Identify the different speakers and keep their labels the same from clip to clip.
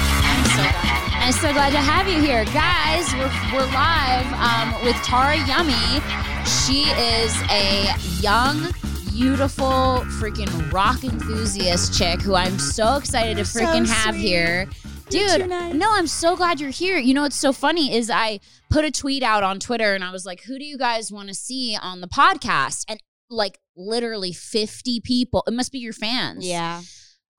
Speaker 1: I'm so glad to have you here, guys. We're, we're live um, with Tara Yummy. She is a young, beautiful, freaking rock enthusiast chick who I'm so excited to
Speaker 2: So
Speaker 1: freaking have
Speaker 2: sweet.
Speaker 1: here.
Speaker 2: You're too
Speaker 1: Dude,
Speaker 2: nice.
Speaker 1: no, I'm so glad you're here. You know what's so funny is I put a tweet out on Twitter and I was like, who do you guys want to see on the podcast? And like literally 50 people. It must be your fans.
Speaker 2: Yeah,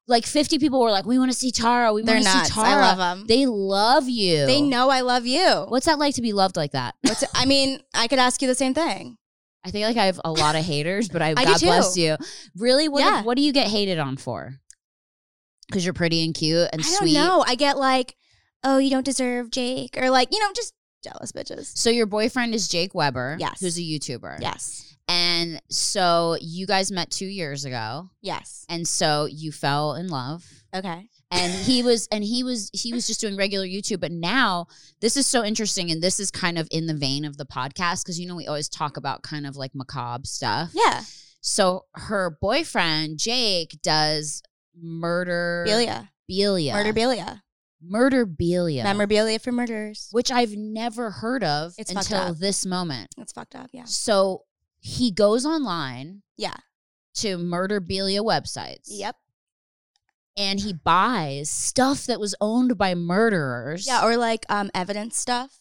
Speaker 1: Like 50 people were like, we want to see Tara. We
Speaker 2: they're
Speaker 1: want to see
Speaker 2: nuts.
Speaker 1: Tara.
Speaker 2: I love them. They,
Speaker 1: They love you.
Speaker 2: know I love you.
Speaker 1: What's that like to be loved like that?
Speaker 2: What's, I mean, I could ask you the same thing.
Speaker 1: I think like I have a lot of haters, but I,
Speaker 2: do
Speaker 1: God
Speaker 2: too.
Speaker 1: bless you. Really, what
Speaker 2: Yeah.
Speaker 1: what do you get hated on for? Because you're pretty and cute and
Speaker 2: I don't
Speaker 1: sweet.
Speaker 2: know. I get like, oh, you don't deserve Jake, or like, you know, just jealous bitches.
Speaker 1: So your boyfriend is Jake Weber,
Speaker 2: Yes.
Speaker 1: who's a YouTuber,
Speaker 2: Yes.
Speaker 1: And so you guys met two years ago,
Speaker 2: Yes.
Speaker 1: and so you fell in love.
Speaker 2: Okay.
Speaker 1: and he was and he was he was just doing regular youtube but now this is so interesting and this is kind of in the vein of the podcast because you know we always talk about kind of like macabre stuff
Speaker 2: Yeah.
Speaker 1: so her boyfriend jake does murder
Speaker 2: Belia.
Speaker 1: Belia.
Speaker 2: Murderbilia.
Speaker 1: Murderbelia,
Speaker 2: Memorabilia for murderers.
Speaker 1: which i've never heard of
Speaker 2: It's fucked
Speaker 1: until
Speaker 2: up.
Speaker 1: this moment
Speaker 2: That's fucked up. Yeah.
Speaker 1: so he goes online
Speaker 2: Yeah.
Speaker 1: to murderbelia websites
Speaker 2: Yep.
Speaker 1: and he buys stuff that was owned by murderers
Speaker 2: Yeah, or like um evidence stuff,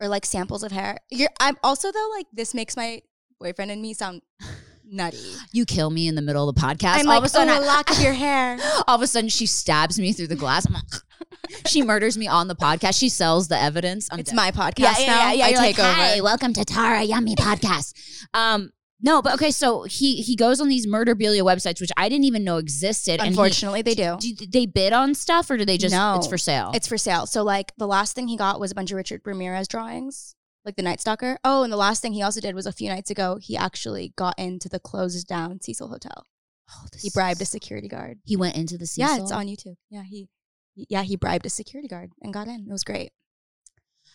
Speaker 2: or like samples of hair. You're. I'm also though like this makes my boyfriend and me sound nutty.
Speaker 1: you kill me in the middle of the podcast.
Speaker 2: I'm
Speaker 1: all
Speaker 2: like,
Speaker 1: of a sudden,
Speaker 2: oh,
Speaker 1: I-
Speaker 2: a lock of your hair.
Speaker 1: all of a sudden, she stabs me through the glass. I'm like, she murders me on the podcast. She sells the evidence. I'm
Speaker 2: it's
Speaker 1: dead.
Speaker 2: my podcast
Speaker 1: yeah, yeah,
Speaker 2: now.
Speaker 1: yeah, yeah.
Speaker 2: I
Speaker 1: You're like,
Speaker 2: take over.
Speaker 1: Hi, welcome to Tara Yummy Podcast. Um, no, but okay. So he he goes on these murderbilia websites, which I didn't even know existed.
Speaker 2: Unfortunately, they do.
Speaker 1: and he, do they bid on stuff or do they just?
Speaker 2: No.
Speaker 1: it's for sale.
Speaker 2: It's for sale. So like the last thing he got was a bunch of Richard Ramirez drawings, like the Night Stalker. Oh, and the last thing he also did was a few nights ago he actually got into the closed down Cecil Hotel.
Speaker 1: Oh, this
Speaker 2: He bribed a
Speaker 1: is-
Speaker 2: security guard.
Speaker 1: He went into the Cecil.
Speaker 2: Yeah, it's on YouTube. Yeah, he yeah, he bribed a security guard and got in. It was great.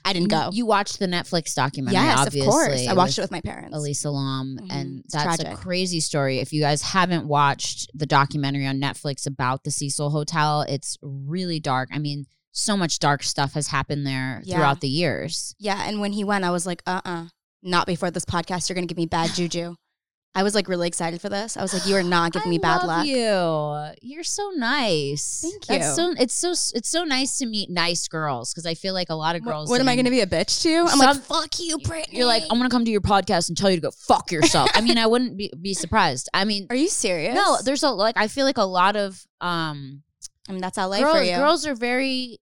Speaker 2: I didn't go.
Speaker 1: You watched the Netflix documentary,
Speaker 2: yes,
Speaker 1: obviously.
Speaker 2: of course. I watched
Speaker 1: with
Speaker 2: it with my parents.
Speaker 1: Elisa Lam,
Speaker 2: Mhm.
Speaker 1: and
Speaker 2: It's
Speaker 1: that's a
Speaker 2: tragic.
Speaker 1: crazy story. If you guys haven't watched the documentary on Netflix about the Cecil Hotel, it's really dark. I mean, so much dark stuff has happened there
Speaker 2: Yeah.
Speaker 1: throughout the years.
Speaker 2: Yeah, and when he went, I was like, uh-uh. Not before this podcast, you're gonna give me bad juju. I was like really excited for this. I was like, you are not giving me
Speaker 1: I
Speaker 2: bad
Speaker 1: love
Speaker 2: luck.
Speaker 1: You, you're so nice.
Speaker 2: Thank
Speaker 1: That's
Speaker 2: you.
Speaker 1: so it's so it's so nice to meet nice girls because I feel like a lot of
Speaker 2: What,
Speaker 1: girls.
Speaker 2: what am I gonna be a bitch to? I'm like,
Speaker 1: Some-
Speaker 2: fuck you, Brittany.
Speaker 1: You're like, "Oh, I'm gonna come to your podcast and tell you to go fuck yourself. I mean, I wouldn't be, be surprised. I mean,
Speaker 2: Are you serious?
Speaker 1: no, there's a like I feel like a lot of um
Speaker 2: I mean that's LA
Speaker 1: girls,
Speaker 2: for you.
Speaker 1: girls are very,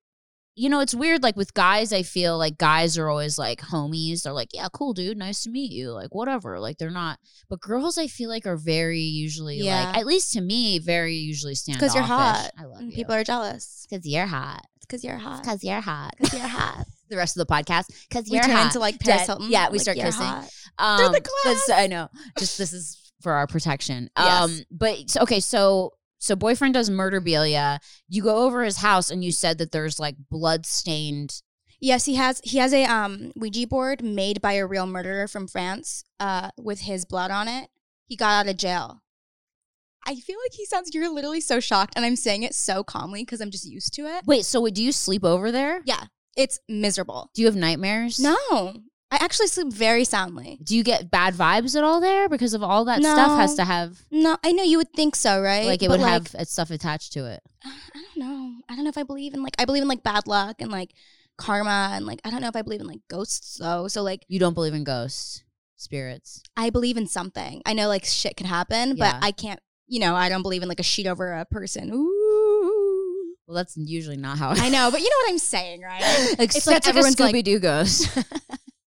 Speaker 1: you know, it's weird. Like with guys, I feel like guys are always like homies. They're like, yeah, cool, dude. Nice to meet you. Like, whatever. Like, they're not. But girls, I feel like, are very usually
Speaker 2: Yeah.
Speaker 1: like, at least to me, very usually stand
Speaker 2: you're hot.
Speaker 1: I love
Speaker 2: And
Speaker 1: you.
Speaker 2: people are jealous
Speaker 1: Because you're hot.
Speaker 2: because you're hot.
Speaker 1: Because you're hot.
Speaker 2: Because you're hot.
Speaker 1: The rest of the podcast. Because
Speaker 2: we
Speaker 1: you're
Speaker 2: turn
Speaker 1: hot.
Speaker 2: into like
Speaker 1: Dead.
Speaker 2: Paris Hilton.
Speaker 1: Yeah, we
Speaker 2: like,
Speaker 1: start
Speaker 2: you're
Speaker 1: kissing.
Speaker 2: hot.
Speaker 1: um,
Speaker 2: the
Speaker 1: that's-
Speaker 2: glass.
Speaker 1: I know. Just this is for our protection.
Speaker 2: Yes.
Speaker 1: Um, but so- okay, so so boyfriend does murderbelia. You go over his house and you said that there's like blood stained.
Speaker 2: Yes, he has. He has a um, Ouija board made by a real murderer from France, uh, with his blood on it. He got out of jail. I feel like he sounds. You're literally so shocked, and I'm saying it so calmly because I'm just used to it.
Speaker 1: Wait, so do you sleep over there?
Speaker 2: Yeah. It's miserable.
Speaker 1: Do you have nightmares?
Speaker 2: No, I actually sleep very soundly.
Speaker 1: Do you get bad vibes at all there because of all that stuff
Speaker 2: No.
Speaker 1: has to have
Speaker 2: No, I know you would think so, right?
Speaker 1: like it
Speaker 2: But,
Speaker 1: would
Speaker 2: like,
Speaker 1: have uh, stuff attached to it.
Speaker 2: I don't know. I don't know if I believe in like I believe in like bad luck and like karma and like I don't know if I believe in like ghosts though. So like
Speaker 1: You don't believe in ghosts, spirits.
Speaker 2: I believe in something. I know like shit can happen,
Speaker 1: Yeah.
Speaker 2: but I can't. You know, I don't believe in like a sheet over a person. Ooh,
Speaker 1: Well, that's usually not how
Speaker 2: I know, but you know what I'm saying, right?
Speaker 1: Except
Speaker 2: like
Speaker 1: like
Speaker 2: everyone's like-
Speaker 1: Scooby Doo ghost.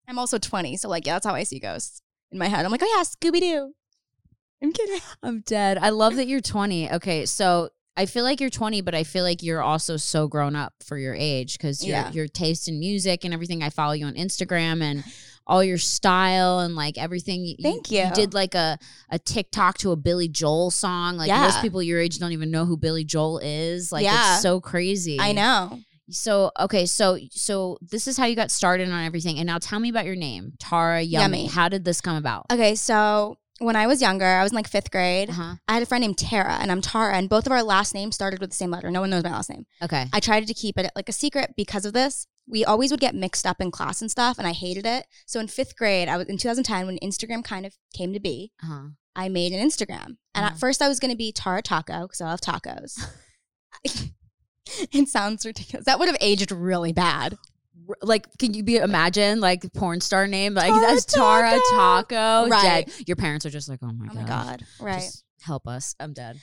Speaker 2: I'm also 20, so like yeah, that's how I see ghosts in my head. I'm like, oh yeah, Scooby Doo. I'm kidding.
Speaker 1: I'm dead. I love that you're 20. Okay, so I feel like you're 20, but I feel like you're also so grown up for your age because your
Speaker 2: Yeah.
Speaker 1: your taste in music and everything. I follow you on Instagram and all your style and like everything.
Speaker 2: Thank
Speaker 1: You
Speaker 2: you.
Speaker 1: did like a a TikTok to a Billy Joel song. Like most
Speaker 2: Yeah.
Speaker 1: people your age don't even know who Billy Joel is. Like
Speaker 2: Yeah.
Speaker 1: it's so crazy.
Speaker 2: I know.
Speaker 1: So okay, so so this is how you got started on everything. And now tell me about your name, Tara Yummy.
Speaker 2: Yummy.
Speaker 1: How did this come about?
Speaker 2: Okay, so when I was younger, I was in like fifth grade.
Speaker 1: Uh-huh.
Speaker 2: I had a friend named Tara, and I'm Tara, and both of our last names started with the same letter. No one knows my last name.
Speaker 1: Okay.
Speaker 2: I tried to keep it like a secret because of this. We always would get mixed up in class and stuff, and I hated it. So in fifth grade, I was in 2010 when Instagram kind of came to be.
Speaker 1: Uh-huh.
Speaker 2: I made an Instagram. And
Speaker 1: Uh-huh.
Speaker 2: at first, I was going to be Tara Taco because I love tacos. it sounds ridiculous. That would have aged really bad.
Speaker 1: r- like can you be imagine like porn star name like
Speaker 2: Tara
Speaker 1: that's Tara
Speaker 2: Taco.
Speaker 1: Taco
Speaker 2: Right.
Speaker 1: dead. Your parents are just like, oh my,
Speaker 2: Oh my
Speaker 1: gosh,
Speaker 2: God. Right.
Speaker 1: just help us. I'm dead.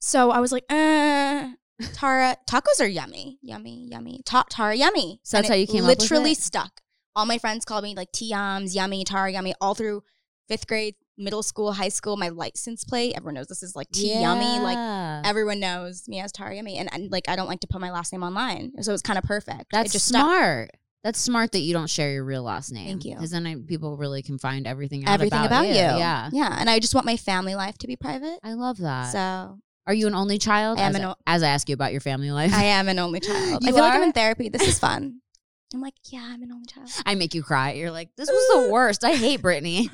Speaker 2: so I was like, uh, Tara, tacos are yummy. Yummy, yummy. Ta- Tara, yummy.
Speaker 1: So that's
Speaker 2: And
Speaker 1: how
Speaker 2: it
Speaker 1: you came up with
Speaker 2: Literally
Speaker 1: it?
Speaker 2: stuck. All my friends called me like T-Yums, yummy, Tara, yummy, all through fifth grade, middle school, high school. My license plate, everyone knows this is like T-Yummy. Like
Speaker 1: Yeah.
Speaker 2: everyone knows me as Tara Yummy. And, and like, I don't like to put my last name online. So it's kind of perfect. It
Speaker 1: that's
Speaker 2: just stuck.
Speaker 1: smart. That's smart that you don't share your real last name.
Speaker 2: Thank you.
Speaker 1: Because then I, people really can find everything out
Speaker 2: everything
Speaker 1: about,
Speaker 2: about, you.
Speaker 1: Yeah.
Speaker 2: Yeah. And I just want my family life to be private.
Speaker 1: I love that.
Speaker 2: So
Speaker 1: are you an only child?
Speaker 2: I am
Speaker 1: as,
Speaker 2: an
Speaker 1: I,
Speaker 2: o-
Speaker 1: as I ask you about your family life,
Speaker 2: I am an only child. I
Speaker 1: You
Speaker 2: feel like I'm
Speaker 1: are?
Speaker 2: in therapy. This is fun. I'm like, yeah, I'm an only child.
Speaker 1: I make you cry. You're like, this was the worst. I hate Brittany.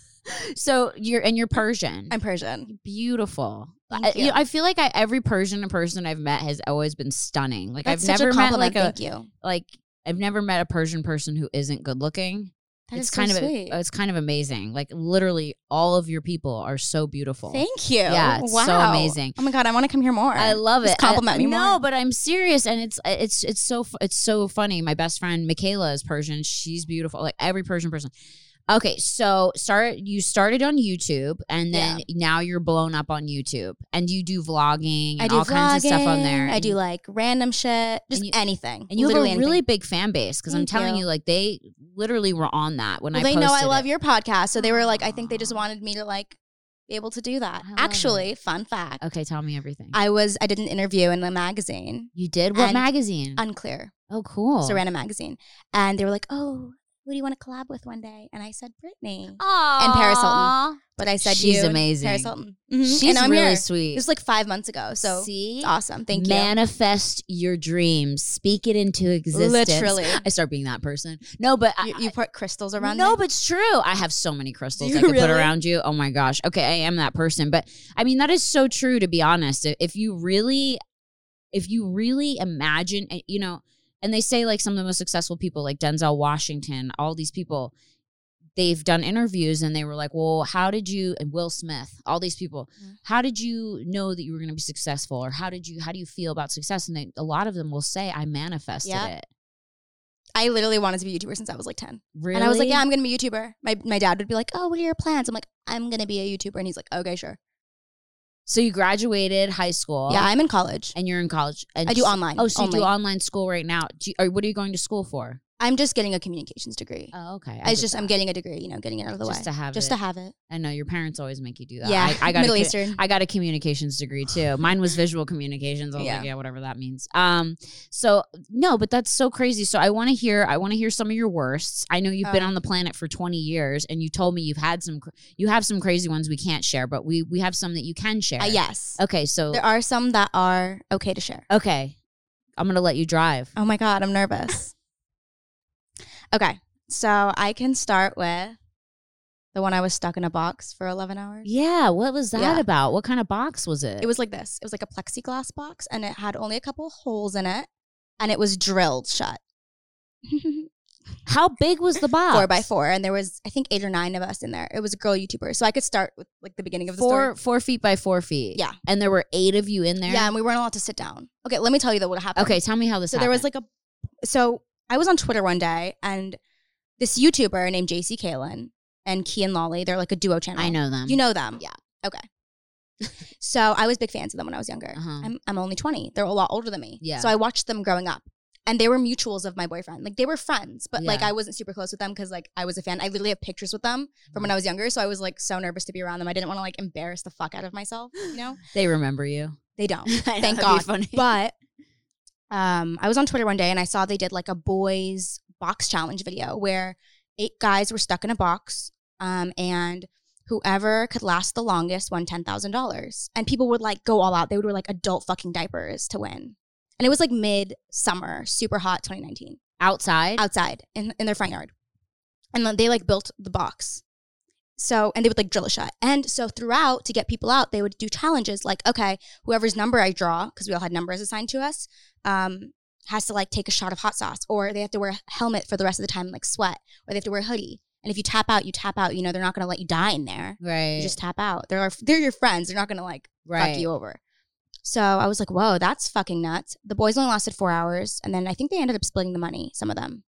Speaker 1: so you're and you're Persian.
Speaker 2: I'm Persian.
Speaker 1: beautiful.
Speaker 2: Thank
Speaker 1: I, you
Speaker 2: you.
Speaker 1: know, I feel like I, every Persian person I've met has always been stunning. Like
Speaker 2: That's
Speaker 1: I've
Speaker 2: such
Speaker 1: never
Speaker 2: a
Speaker 1: met
Speaker 2: compliment.
Speaker 1: like a
Speaker 2: Thank you.
Speaker 1: like I've never met a Persian person who isn't good looking.
Speaker 2: That
Speaker 1: it's
Speaker 2: is
Speaker 1: kind
Speaker 2: so
Speaker 1: of
Speaker 2: sweet.
Speaker 1: it's kind of amazing. Like literally, all of your people are so beautiful.
Speaker 2: Thank you.
Speaker 1: Yeah, it's so
Speaker 2: Wow.
Speaker 1: amazing.
Speaker 2: Oh my god, I want to come here more.
Speaker 1: I love
Speaker 2: Just
Speaker 1: it.
Speaker 2: compliment
Speaker 1: I,
Speaker 2: me
Speaker 1: No,
Speaker 2: more.
Speaker 1: but I'm serious, and it's it's it's so fu- it's so funny. My best friend Michaela is Persian. She's beautiful. Like every Persian person. Okay, so start you started on YouTube, and then now you're blown up on YouTube, and you do vlogging and
Speaker 2: I do
Speaker 1: all kinds of stuff on
Speaker 2: vlogging,
Speaker 1: there.
Speaker 2: I
Speaker 1: and
Speaker 2: do
Speaker 1: you-
Speaker 2: like random shit, just
Speaker 1: you-
Speaker 2: anything.
Speaker 1: and you have a
Speaker 2: literally
Speaker 1: really
Speaker 2: anything.
Speaker 1: big fan base because I'm
Speaker 2: Thank
Speaker 1: telling
Speaker 2: you.
Speaker 1: you, like they literally were on that when I.
Speaker 2: Well, they know I
Speaker 1: posted
Speaker 2: love
Speaker 1: it.
Speaker 2: your podcast, so they were like, I think they just
Speaker 1: Aw.
Speaker 2: wanted me to like be able to do that.
Speaker 1: I love
Speaker 2: Actually, fun fact:
Speaker 1: Okay, tell me everything.
Speaker 2: I was I did an interview in a magazine.
Speaker 1: you did what
Speaker 2: and-
Speaker 1: magazine?
Speaker 2: Unclear.
Speaker 1: oh, cool.
Speaker 2: So I ran a magazine. And they were like, Oh, who do you want to collab with one day? And I said Brittany.
Speaker 1: and
Speaker 2: Paris Hilton. But I said
Speaker 1: Ah, She's
Speaker 2: you and
Speaker 1: amazing.
Speaker 2: Paris Hilton. Mhm.
Speaker 1: She's
Speaker 2: and I'm
Speaker 1: really
Speaker 2: here.
Speaker 1: sweet.
Speaker 2: It was like five months ago. So
Speaker 1: See,
Speaker 2: it's awesome. Thank
Speaker 1: manifest your dreams, speak it into
Speaker 2: you.
Speaker 1: existence.
Speaker 2: Literally.
Speaker 1: I start being that person. No, but I,
Speaker 2: you, you put crystals around
Speaker 1: no,
Speaker 2: them?
Speaker 1: but it's true. I have so many crystals
Speaker 2: Do
Speaker 1: I
Speaker 2: you
Speaker 1: could put
Speaker 2: really?
Speaker 1: around you. Oh my gosh. Okay, I am that person. But I mean, that is so true. To be honest, if, if you really, if you really imagine, and, you know, and they say like some of the most successful people, like Denzel Washington, all these people, they've done interviews and they were like, "Well, how did you?" And Will Smith, all these people,
Speaker 2: Mhm.
Speaker 1: how did you know that you were going to be successful, or how did you? How do you feel about success? And they, a lot of them will say, "I manifested
Speaker 2: Yeah.
Speaker 1: it."
Speaker 2: I literally wanted to be a YouTuber since I was like 10.
Speaker 1: Really?
Speaker 2: And I was like, Yeah, I'm going to be a YouTuber. My, my dad would be like, Oh, what are your plans? I'm like, I'm going to be a YouTuber. And he's like, Okay, sure.
Speaker 1: So you graduated high school.
Speaker 2: Yeah, I'm in college.
Speaker 1: and you're in college. And
Speaker 2: I do
Speaker 1: s-
Speaker 2: online.
Speaker 1: Oh, so
Speaker 2: only.
Speaker 1: you do online school right now. Do you, or what are you going to school for?
Speaker 2: I'm just getting a communications degree.
Speaker 1: Oh, okay.
Speaker 2: it's
Speaker 1: did
Speaker 2: just, I'm
Speaker 1: that.
Speaker 2: getting a degree, you know, getting it out of the
Speaker 1: just
Speaker 2: way.
Speaker 1: to have
Speaker 2: just
Speaker 1: it.
Speaker 2: to have it.
Speaker 1: I know your parents always make you do that.
Speaker 2: yeah.
Speaker 1: I, I got
Speaker 2: Middle
Speaker 1: a, co-
Speaker 2: Eastern.
Speaker 1: I got a communications degree too. Mine was visual communications. I was
Speaker 2: Yeah.
Speaker 1: like, yeah, whatever that means. Um, so no, but that's so crazy. So I want to hear, I want to hear some of your worsts. I know you've been
Speaker 2: Oh.
Speaker 1: on the planet for 20 years, and you told me you've had some, cr- you have some crazy ones we can't share, but we we have some that you can share.
Speaker 2: Uh, yes.
Speaker 1: Okay, so
Speaker 2: There are some that are okay to share.
Speaker 1: okay, I'm gonna let you drive.
Speaker 2: Oh my God, I'm nervous. okay. So I can start with the one I was stuck in a box for 11 hours.
Speaker 1: Yeah, what was that
Speaker 2: Yeah.
Speaker 1: about? What kind of box was it?
Speaker 2: It was like this it was like a plexiglass box and it had only a couple holes in it and it was drilled shut.
Speaker 1: how big was the box?
Speaker 2: Four by four, and there was I think eight or nine of us in there. It was a girl YouTuber, so I could start with like the beginning of the
Speaker 1: Four
Speaker 2: story.
Speaker 1: four feet by four feet.
Speaker 2: Yeah.
Speaker 1: and there were eight of you in there.
Speaker 2: Yeah, and we weren't allowed to sit down. Okay, let me tell you though what happened.
Speaker 1: Okay, tell me how this.
Speaker 2: so there was
Speaker 1: happened.
Speaker 2: like a so i was on twitter one day and this youtuber named j.c kalin and key and lolly they're like a duo channel
Speaker 1: I know them.
Speaker 2: you know them
Speaker 1: Yeah.
Speaker 2: okay so i was big fans of them when i was younger
Speaker 1: Uh-huh.
Speaker 2: I'm, I'm only 20 they're a lot older than me
Speaker 1: Yeah.
Speaker 2: so i watched them growing up and they were mutuals of my boyfriend like they were friends but like
Speaker 1: Yeah.
Speaker 2: i wasn't super close with them because like i was a fan i literally have pictures with them from
Speaker 1: Mm-hmm.
Speaker 2: when i was younger so i was like so nervous to be around them i didn't want to like embarrass the fuck out of myself you know
Speaker 1: they remember you.
Speaker 2: they don't
Speaker 1: Thank
Speaker 2: Thank God. but um, I was on Twitter one day and I saw they did like a boys box challenge video where eight guys were stuck in a box um, and whoever could last the longest won $10,000. And people would like go all out. They would wear like adult fucking diapers to win. And it was like mid summer, super hot 2019,
Speaker 1: Outside.
Speaker 2: outside in, in their front yard. And then they like built the box. So, and they would like drill a shot. And so, throughout to get people out, they would do challenges like, okay, whoever's number I draw, because we all had numbers assigned to us, um, has to like take a shot of hot sauce, or they have to wear a helmet for the rest of the time, and, like sweat, or they have to wear a hoodie. And if you tap out, you tap out. You know, they're not going to let you die in there.
Speaker 1: Right.
Speaker 2: You just tap out. They're, they're your friends. They're not going to like
Speaker 1: right.
Speaker 2: fuck you over. So I was like, whoa, that's fucking nuts. The boys only lasted four hours. And then I think they ended up splitting the money, some of them.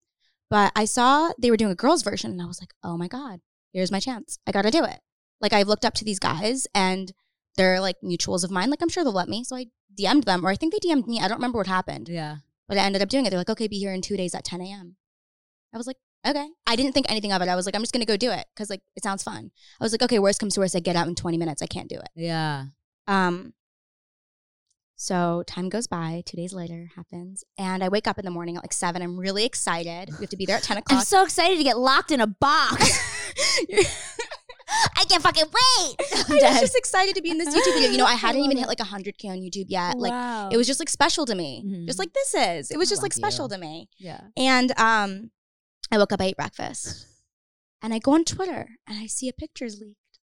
Speaker 2: But I saw they were doing a girls' version and I was like, oh my God, here's my chance. I got to do it. Like I've looked up to these guys and they're like mutuals of mine. Like I'm sure they'll let me. So I DM'd them or I think they DM'd me. I don't remember what happened,
Speaker 1: Yeah.
Speaker 2: but I ended up doing it. They're like, okay, be here in two days at 10 a.m. I was like, okay. I didn't think anything of it. I was like, I'm just going to go do it because like it sounds fun. I was like, okay, worst comes to worst, I get out in 20 minutes. I can't do it.
Speaker 1: Yeah.
Speaker 2: Um, so time goes by, two days later happens, and I wake up in the morning at like seven. I'm really excited. We have to be there at 10
Speaker 3: I'm
Speaker 2: o'clock.
Speaker 3: so excited to get locked in a box. I can't fucking wait. I'm
Speaker 2: I was
Speaker 3: dead.
Speaker 2: just excited to be in this YouTube video. You know, I hadn't even hit like 100K on YouTube yet. Like,
Speaker 3: Wow. Mm-hmm.
Speaker 2: it was just like special to me.
Speaker 1: Mhm.
Speaker 2: Just like this is. It was
Speaker 1: I
Speaker 2: just like
Speaker 1: love you.
Speaker 2: special to me.
Speaker 1: Yeah.
Speaker 2: And um, I woke up, I ate breakfast, and I go on Twitter and I see a picture's leaked.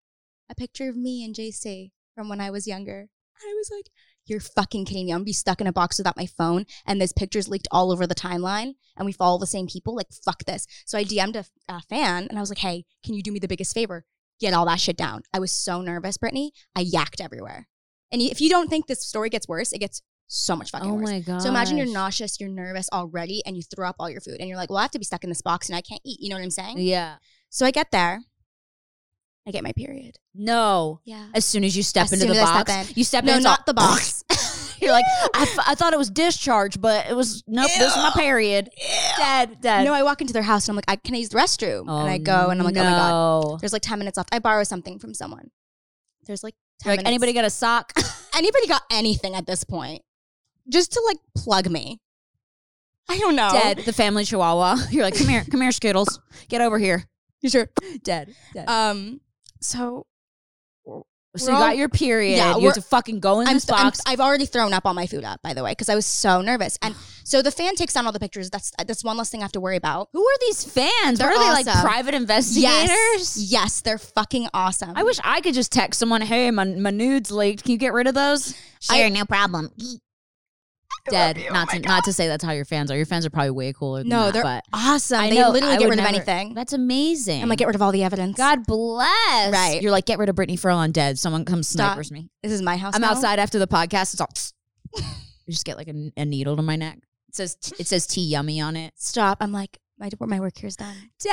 Speaker 2: A picture of me and JC from when I was younger. I was like, "You're fucking kidding me! I'm gonna be stuck in a box without my phone." And this picture's leaked all over the timeline, and we follow the same people. Like, fuck this. So I DM'd a, a fan, and I was like, "Hey, can you do me the biggest favor? Get all that shit down." I was so nervous, Brittany. I yacked everywhere. And if you don't think this story gets worse, it gets so much fucking
Speaker 1: Oh
Speaker 2: worse.
Speaker 1: my god.
Speaker 2: So imagine you're nauseous, you're nervous already, and you throw up all your food, and you're like, "Well, I have to be stuck in this box, and I can't eat." You know what I'm saying?
Speaker 1: Yeah.
Speaker 2: So I get there, I get my period.
Speaker 1: No.
Speaker 2: Yeah.
Speaker 1: As soon as you step
Speaker 2: As
Speaker 1: into
Speaker 2: soon
Speaker 1: the
Speaker 2: as I step
Speaker 1: box,
Speaker 2: in.
Speaker 1: you step
Speaker 2: No,
Speaker 1: in. it's all-
Speaker 2: not the box.
Speaker 1: You're like, I, f- I thought it was discharge, but it was nope. This is my period. Dead, dead.
Speaker 2: no, I walk into their house, and I'm like, "I can I use the restroom?" and I go, and I'm like, "Oh my god!" There's like ten minutes left. I borrow something from someone. There's like ten.
Speaker 1: You're like,
Speaker 2: minutes.
Speaker 1: anybody got a sock?
Speaker 2: anybody got anything at this point? Just to like plug me. I don't know.
Speaker 1: Dead. The family chihuahua. You're like, come here, come here, Skittles. Get over here. Uh,
Speaker 2: You sure?
Speaker 1: Dead, dead.
Speaker 2: Um. So
Speaker 1: so
Speaker 2: we're
Speaker 1: you
Speaker 2: all-
Speaker 1: got your period.
Speaker 2: Yeah,
Speaker 1: you
Speaker 2: we're-
Speaker 1: have to fucking go in this
Speaker 2: th-
Speaker 1: box.
Speaker 2: I've already thrown up all my food up, by the way, because I was so nervous. And so the fan takes down all the pictures. That's that's one less thing I have to worry about.
Speaker 1: Who are these fans? What
Speaker 2: They're
Speaker 1: are they like
Speaker 2: awesome.
Speaker 1: private investigators?
Speaker 2: Yes, yes, they're fucking awesome.
Speaker 1: I wish I could just text someone, hey, my, my nudes leaked. Can you get rid of those?
Speaker 3: Sure, no problem.
Speaker 1: Dead. Not to, not to say that's how your fans are. Your fans are probably way cooler than
Speaker 2: no,
Speaker 1: that,
Speaker 2: they're
Speaker 1: but
Speaker 2: awesome.
Speaker 1: I
Speaker 2: they
Speaker 1: know,
Speaker 2: literally
Speaker 1: I
Speaker 2: get
Speaker 1: would
Speaker 2: rid of
Speaker 1: never-
Speaker 2: anything.
Speaker 1: that's amazing.
Speaker 2: I'm like, get rid of all the evidence.
Speaker 1: God bless.
Speaker 2: Right.
Speaker 1: You're like, get rid of Britney Furlan dead. Someone comes
Speaker 2: Stop.
Speaker 1: snipers me.
Speaker 2: this is my house.
Speaker 1: I'm
Speaker 2: now.
Speaker 1: outside after the podcast. It's all. I just get like a, a needle to my neck. It says it says tea yummy on it.
Speaker 2: Stop. I'm like, my my work here's done.
Speaker 1: Dead.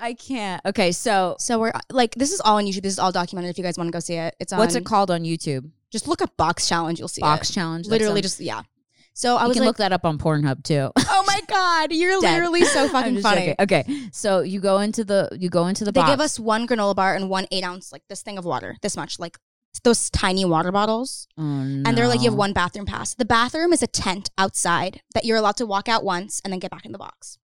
Speaker 1: I can't. Okay, so
Speaker 2: So we're like, this is all on YouTube. This is all documented. If you guys want to go see it, it's on.
Speaker 1: what's it called on YouTube?
Speaker 2: Just look up box challenge. You'll see
Speaker 1: Box
Speaker 2: it.
Speaker 1: challenge.
Speaker 2: Literally,
Speaker 1: That's
Speaker 2: just yeah. So
Speaker 1: on-
Speaker 2: I
Speaker 1: you
Speaker 2: was
Speaker 1: can
Speaker 2: like,
Speaker 1: look that up on Pornhub too.
Speaker 2: oh my god, you're
Speaker 1: Dead.
Speaker 2: literally so
Speaker 1: I'm
Speaker 2: fucking
Speaker 1: just
Speaker 2: funny.
Speaker 1: joking. Okay, so you go into the you go into the
Speaker 2: they
Speaker 1: box.
Speaker 2: give us one granola bar and one eight ounce, like this thing of water, this much, like those tiny water bottles.
Speaker 1: Oh,
Speaker 2: And they're like, you have
Speaker 1: no.
Speaker 2: one bathroom pass. The bathroom is a tent outside that you're allowed to walk out once and then get back in the box.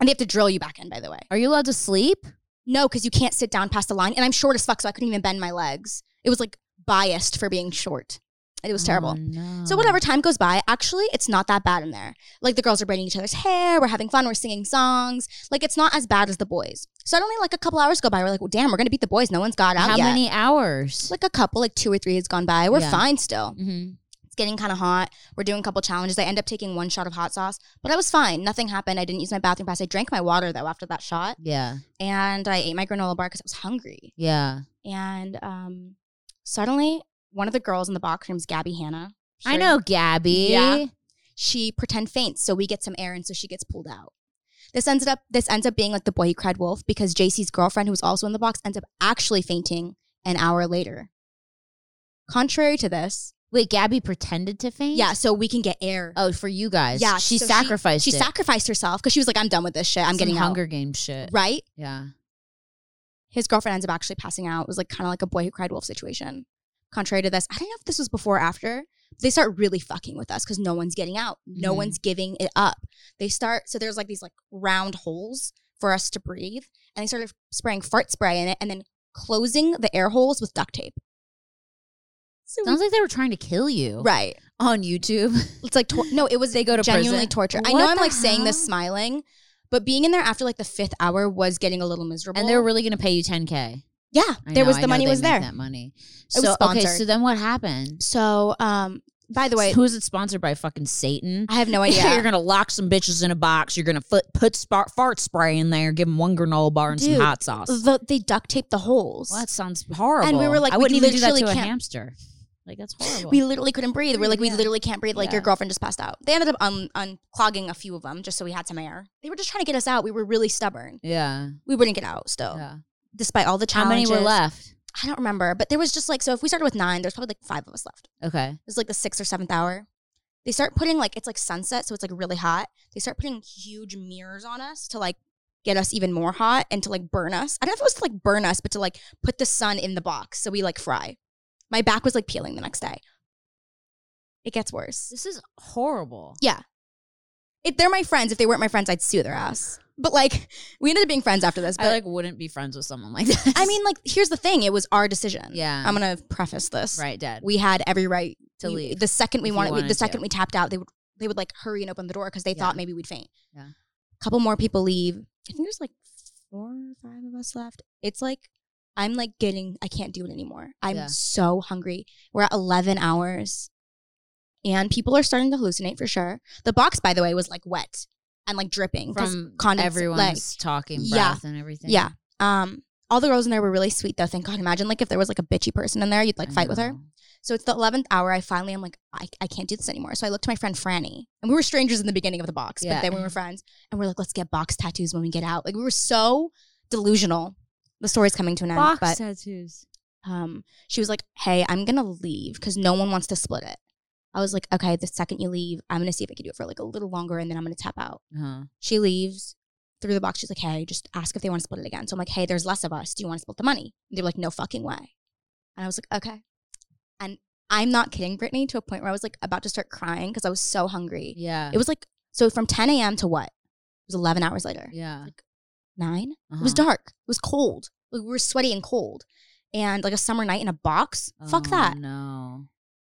Speaker 2: And they have to drill you back in, by the way.
Speaker 1: Are you allowed to sleep?
Speaker 2: No, because you can't sit down past the line. And I'm short as fuck, so I couldn't even bend my legs. It was like biased for being short. It was terrible.
Speaker 1: Oh, no.
Speaker 2: So whatever time goes by, actually, it's not that bad in there. Like the girls are braiding each other's hair, we're having fun, we're singing songs. Like it's not as bad as the boys. Suddenly, like a couple hours go by, we're like, well, damn, we're gonna beat the boys. No one's got out
Speaker 1: How
Speaker 2: yet.
Speaker 1: many hours?
Speaker 2: Like a couple, like two or three has gone by. We're
Speaker 1: Yeah.
Speaker 2: fine still.
Speaker 1: Mhm.
Speaker 2: It's getting kind of hot. We're doing a couple challenges. I end up taking one shot of hot sauce, but I was fine. Nothing happened. I didn't use my bathroom pass. I drank my water though after that shot,
Speaker 1: Yeah,
Speaker 2: and I ate my granola bar because I was hungry.
Speaker 1: yeah.
Speaker 2: And um, suddenly, one of the girls in the box, her name's Gabby Hannah.
Speaker 1: I
Speaker 2: Sure.
Speaker 1: know, Gabby.
Speaker 2: Yeah. she pretend faints so we get some air and so she gets pulled out this ends up this ends up being like the boy who cried wolf because jc's girlfriend who was also in the box ends up actually fainting an hour later contrary to this
Speaker 1: Wait, Gabby pretended to faint.
Speaker 2: yeah so we can get air
Speaker 1: Oh, for you guys.
Speaker 2: Yeah,
Speaker 1: She
Speaker 2: so she-
Speaker 1: sacrificed.
Speaker 2: she
Speaker 1: it.
Speaker 2: sacrificed herself because she was like i'm done with this shit i'm
Speaker 1: Some
Speaker 2: getting
Speaker 1: Hunger Games shit.
Speaker 2: out right
Speaker 1: Yeah.
Speaker 2: his girlfriend ends up actually passing out it was like kind of like a boy who cried wolf situation contrary to this i don't know if this was before or after they start really fucking with us because no one's getting out no
Speaker 1: Mhm.
Speaker 2: one's giving it up they start so there's like these like round holes for us to breathe and they started spraying fart spray in it and then closing the air holes with duct tape so
Speaker 1: Sounds like they were trying to kill you.
Speaker 2: right
Speaker 1: On YouTube.
Speaker 2: it's like tor- no it was
Speaker 1: They go to
Speaker 2: genuinely
Speaker 1: prison.
Speaker 2: torture i
Speaker 1: What
Speaker 2: know i'm
Speaker 1: the
Speaker 2: like saying this
Speaker 1: hell?
Speaker 2: smiling but being in there after like the fifth hour was getting a little miserable
Speaker 1: And they're really going to pay you 10K.
Speaker 2: Yeah,
Speaker 1: I
Speaker 2: there
Speaker 1: know,
Speaker 2: was
Speaker 1: I
Speaker 2: the
Speaker 1: know
Speaker 2: money
Speaker 1: they
Speaker 2: was
Speaker 1: make
Speaker 2: there.
Speaker 1: That money.
Speaker 2: It was
Speaker 1: So okay.
Speaker 2: sponsored.
Speaker 1: So then what happened?
Speaker 2: So, um, by the way,
Speaker 1: Who is it sponsored by? Fucking Satan.
Speaker 2: I have no
Speaker 1: you're
Speaker 2: idea.
Speaker 1: gonna lock some bitches in a box. You're gonna foot, put spar- fart spray in there. Give them one granola bar and
Speaker 2: Dude,
Speaker 1: some hot sauce.
Speaker 2: the, they duct taped the holes.
Speaker 1: well, that sounds horrible.
Speaker 2: And we were like,
Speaker 1: I
Speaker 2: we
Speaker 1: wouldn't even do that
Speaker 2: literally
Speaker 1: to a
Speaker 2: can't-
Speaker 1: hamster. Like that's horrible.
Speaker 2: We literally couldn't breathe. We're like, we
Speaker 1: Yeah.
Speaker 2: literally can't breathe. Like your
Speaker 1: Yeah.
Speaker 2: girlfriend just passed out. They ended up un- unclogging a few of them just so we had some air. They were just trying to get us out. We were really stubborn.
Speaker 1: yeah.
Speaker 2: We wouldn't get out still,
Speaker 1: yeah.
Speaker 2: despite all the
Speaker 1: How many
Speaker 2: Oh. challenges.
Speaker 1: were left?
Speaker 2: I don't remember, but there was just like so. If we started with nine, there's probably like five of us left.
Speaker 1: Okay.
Speaker 2: It was like the sixth or seventh hour. They start putting like it's like sunset, so it's like really hot. They start putting huge mirrors on us to like get us even more hot and to like burn us. I don't know if it was to like burn us, but to like put the sun in the box so we like fry. My back was like peeling the next day. It gets worse.
Speaker 1: This is horrible.
Speaker 2: If they're my friends, if they weren't my friends, I'd sue their ass. But like we ended up being friends after this. But
Speaker 1: I
Speaker 2: I,
Speaker 1: like wouldn't be friends with someone like that.
Speaker 2: mean, like here's the thing: it was our decision.
Speaker 1: Yeah.
Speaker 2: I'm gonna preface this.
Speaker 1: right, Dad.
Speaker 2: Um, we had every right
Speaker 1: To
Speaker 2: we-
Speaker 1: leave
Speaker 2: The second we
Speaker 1: if you
Speaker 2: wanted, we, the
Speaker 1: wanted
Speaker 2: second
Speaker 1: to.
Speaker 2: we tapped out, they would they would like hurry and open the door because they
Speaker 1: Yeah.
Speaker 2: thought maybe we'd faint.
Speaker 1: Yeah.
Speaker 2: couple more people leave. I think there's like four or five of us left. It's like I'm like getting I can't do it anymore. I'm
Speaker 1: Yeah.
Speaker 2: so hungry. We're at 11 hours. And people are starting to hallucinate for sure. The box by the way was like wet and like dripping 'cause
Speaker 1: from
Speaker 2: condens-
Speaker 1: everyone's
Speaker 2: like-
Speaker 1: talking
Speaker 2: Yeah.
Speaker 1: breath and everything.
Speaker 2: yeah. Um all the girls in there were really sweet though. Thank God. Imagine like if there was like a bitchy person in there, you'd like
Speaker 1: I
Speaker 2: fight with her.
Speaker 1: know.
Speaker 2: So it's the 11th hour. I finally am like, I, I can't do this anymore. So I looked to my friend Franny, and we were strangers in the beginning of the box,
Speaker 1: Yeah.
Speaker 2: but then we were friends. And we're like, let's get box tattoos when we get out. Like, we were so delusional. The story's coming to an end.
Speaker 1: Box
Speaker 2: but
Speaker 1: tattoos.
Speaker 2: um, she was like, hey, I'm going to leave because no one wants to split it. I was like, okay, the second you leave, I'm going to see if I can do it for like a little longer, and then I'm going to tap out.
Speaker 1: Huh.
Speaker 2: She leaves through the box. She's like, hey, just ask if they want to split it again. So I'm like, hey, there's less of us. Do you want to split the money? And they were like, no fucking way. And I was like, okay. And I'm not kidding, Brittany, to a point where I was like about to start crying because I was so hungry.
Speaker 1: Yeah.
Speaker 2: It was like, so from 10 a.m. to what? It was 11 hours later.
Speaker 1: yeah.
Speaker 2: Nine? It was
Speaker 1: Uh-huh.
Speaker 2: dark. It was cold. Like, we were sweaty and cold. And like a summer night in a box. Fuck
Speaker 1: Oh,
Speaker 2: that.
Speaker 1: No.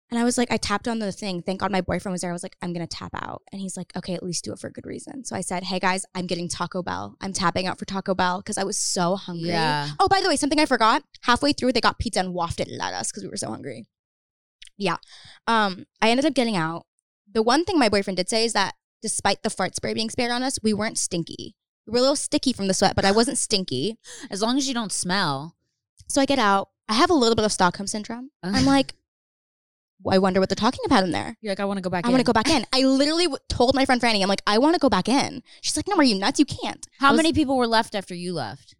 Speaker 2: And I was like, I tapped on the thing. Thank God my boyfriend was there. I was like, I'm going to tap out. And he's like, okay, at least do it for a good reason. So I said, hey guys, I'm getting Taco Bell. I'm tapping out for Taco Bell because I was so hungry.
Speaker 1: Yeah.
Speaker 2: Oh, by the way, something I forgot. Halfway through, they got pizza and wafted it at us because we were so hungry. Yeah. Um, I ended up getting out. The one thing my boyfriend did say is that despite the fart spray being sprayed on us, we weren't stinky. We were a little sticky from the sweat, but I wasn't stinky.
Speaker 1: As long as you don't smell.
Speaker 2: So I get out. I have a little bit of Stockholm syndrome. I'm like, I wonder what they're talking about in there.
Speaker 1: You're like, I want to go back.
Speaker 2: I want to go back in. I literally w- told my friend Franny, I'm like, I want to go back in. She's like, No, are you nuts? You can't.
Speaker 1: How
Speaker 2: I was-
Speaker 1: many people were left after you left?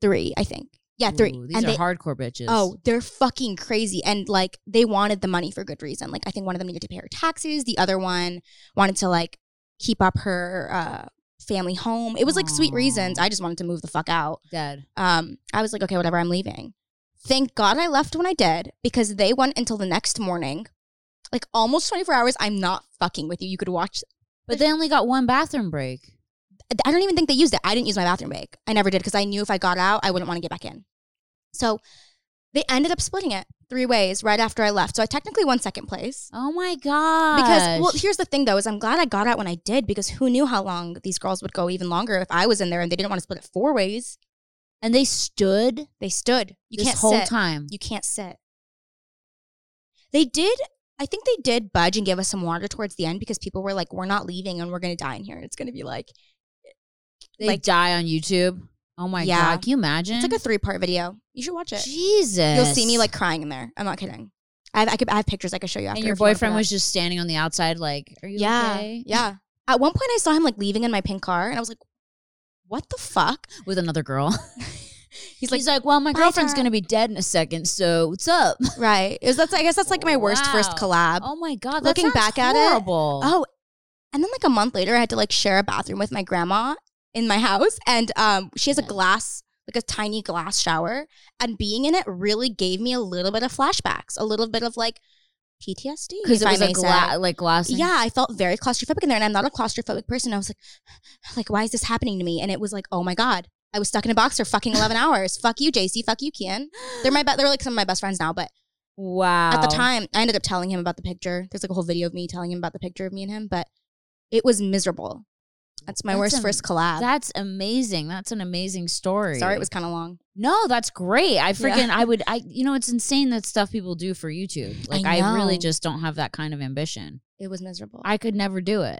Speaker 2: Three, I think. Yeah, three.
Speaker 1: Ooh, these
Speaker 2: and
Speaker 1: are
Speaker 2: they,
Speaker 1: hardcore bitches.
Speaker 2: oh, they're fucking crazy. And like, they wanted the money for good reason. Like, I think one of them needed to pay her taxes. The other one wanted to like keep up her uh, family home. It was like sweet
Speaker 1: Aw.
Speaker 2: reasons. I just wanted to move the fuck out.
Speaker 1: dead.
Speaker 2: Um, I was like, okay, whatever, I'm leaving. Thank God I left when I did because they went until the next morning. Like almost 24 hours. I'm not fucking with you. You could watch
Speaker 1: But they only got one bathroom break.
Speaker 2: I don't even think they used it. I didn't use my bathroom break. I never did because I knew if I got out, I wouldn't want to get back in. So they ended up splitting it three ways right after I left. So I technically won second place.
Speaker 1: Oh my god.
Speaker 2: Because well, here's the thing though, is I'm glad I got out when I did because who knew how long these girls would go even longer if I was in there and they didn't want to split it four ways.
Speaker 1: and they stood
Speaker 2: They stood. You
Speaker 1: this
Speaker 2: can't
Speaker 1: whole
Speaker 2: sit.
Speaker 1: time.
Speaker 2: You can't sit. They did I think they did budge and give us some water towards the end because people were like, We're not leaving and we're gonna die in here. It's gonna be like
Speaker 1: They
Speaker 2: like-
Speaker 1: die on YouTube. Oh my
Speaker 2: Yeah.
Speaker 1: god. Can you imagine?
Speaker 2: it's like a three part video. You should watch it.
Speaker 1: Jesus.
Speaker 2: You'll see me like crying in there. I'm not kidding. I have, I, could, I have pictures I could show you after.
Speaker 1: And your
Speaker 2: if you wanna put
Speaker 1: boyfriend
Speaker 2: it
Speaker 1: was just standing on the outside, like, "Are
Speaker 2: up.
Speaker 1: you
Speaker 2: yeah,
Speaker 1: okay?"
Speaker 2: yeah. At one point, I saw him like leaving in my pink car, and I was like, "What the fuck?"
Speaker 1: With another girl.
Speaker 2: He's like,
Speaker 1: He's like, "Well, my
Speaker 2: "Bye,
Speaker 1: girlfriend's
Speaker 2: Tara."
Speaker 1: gonna be dead in a second, so what's up?"
Speaker 2: "Right." It was that's I guess that's like my worst first collab. Oh.
Speaker 1: Oh my god. That
Speaker 2: Looking
Speaker 1: sounds
Speaker 2: back at it- Oh,
Speaker 1: horrible.
Speaker 2: and then like a month later, I had to like share a bathroom with my grandma in my house, and um, she has a
Speaker 1: Yeah.
Speaker 2: glass. Like a tiny glass shower, and being in it really gave me a little bit of flashbacks, a little bit of like PTSD.
Speaker 1: because
Speaker 2: if
Speaker 1: it
Speaker 2: I
Speaker 1: was a
Speaker 2: may say.
Speaker 1: gla- like glass. and-
Speaker 2: Yeah, I felt very claustrophobic in there, and I'm not a claustrophobic person. I was like, like, why is this happening to me? And it was like, oh my god, I was stuck in a box for fucking eleven hours. Fuck you, JC. Fuck you, Kian. They're my be- they're like some of my best friends now. But
Speaker 1: Wow.
Speaker 2: at the time, I ended up telling him about the picture. There's like a whole video of me telling him about the picture of me and him. But it was miserable. That's my
Speaker 1: That's
Speaker 2: worst
Speaker 1: am-
Speaker 2: first collab.
Speaker 1: That's amazing. That's an amazing story.
Speaker 2: Sorry, it was kind of long.
Speaker 1: No, that's great. I
Speaker 2: Yeah.
Speaker 1: freaking I would I you know it's insane that stuff people do for YouTube. Like I, really
Speaker 2: know.
Speaker 1: just don't have that kind of ambition.
Speaker 2: It was miserable. I,
Speaker 1: I could never do it.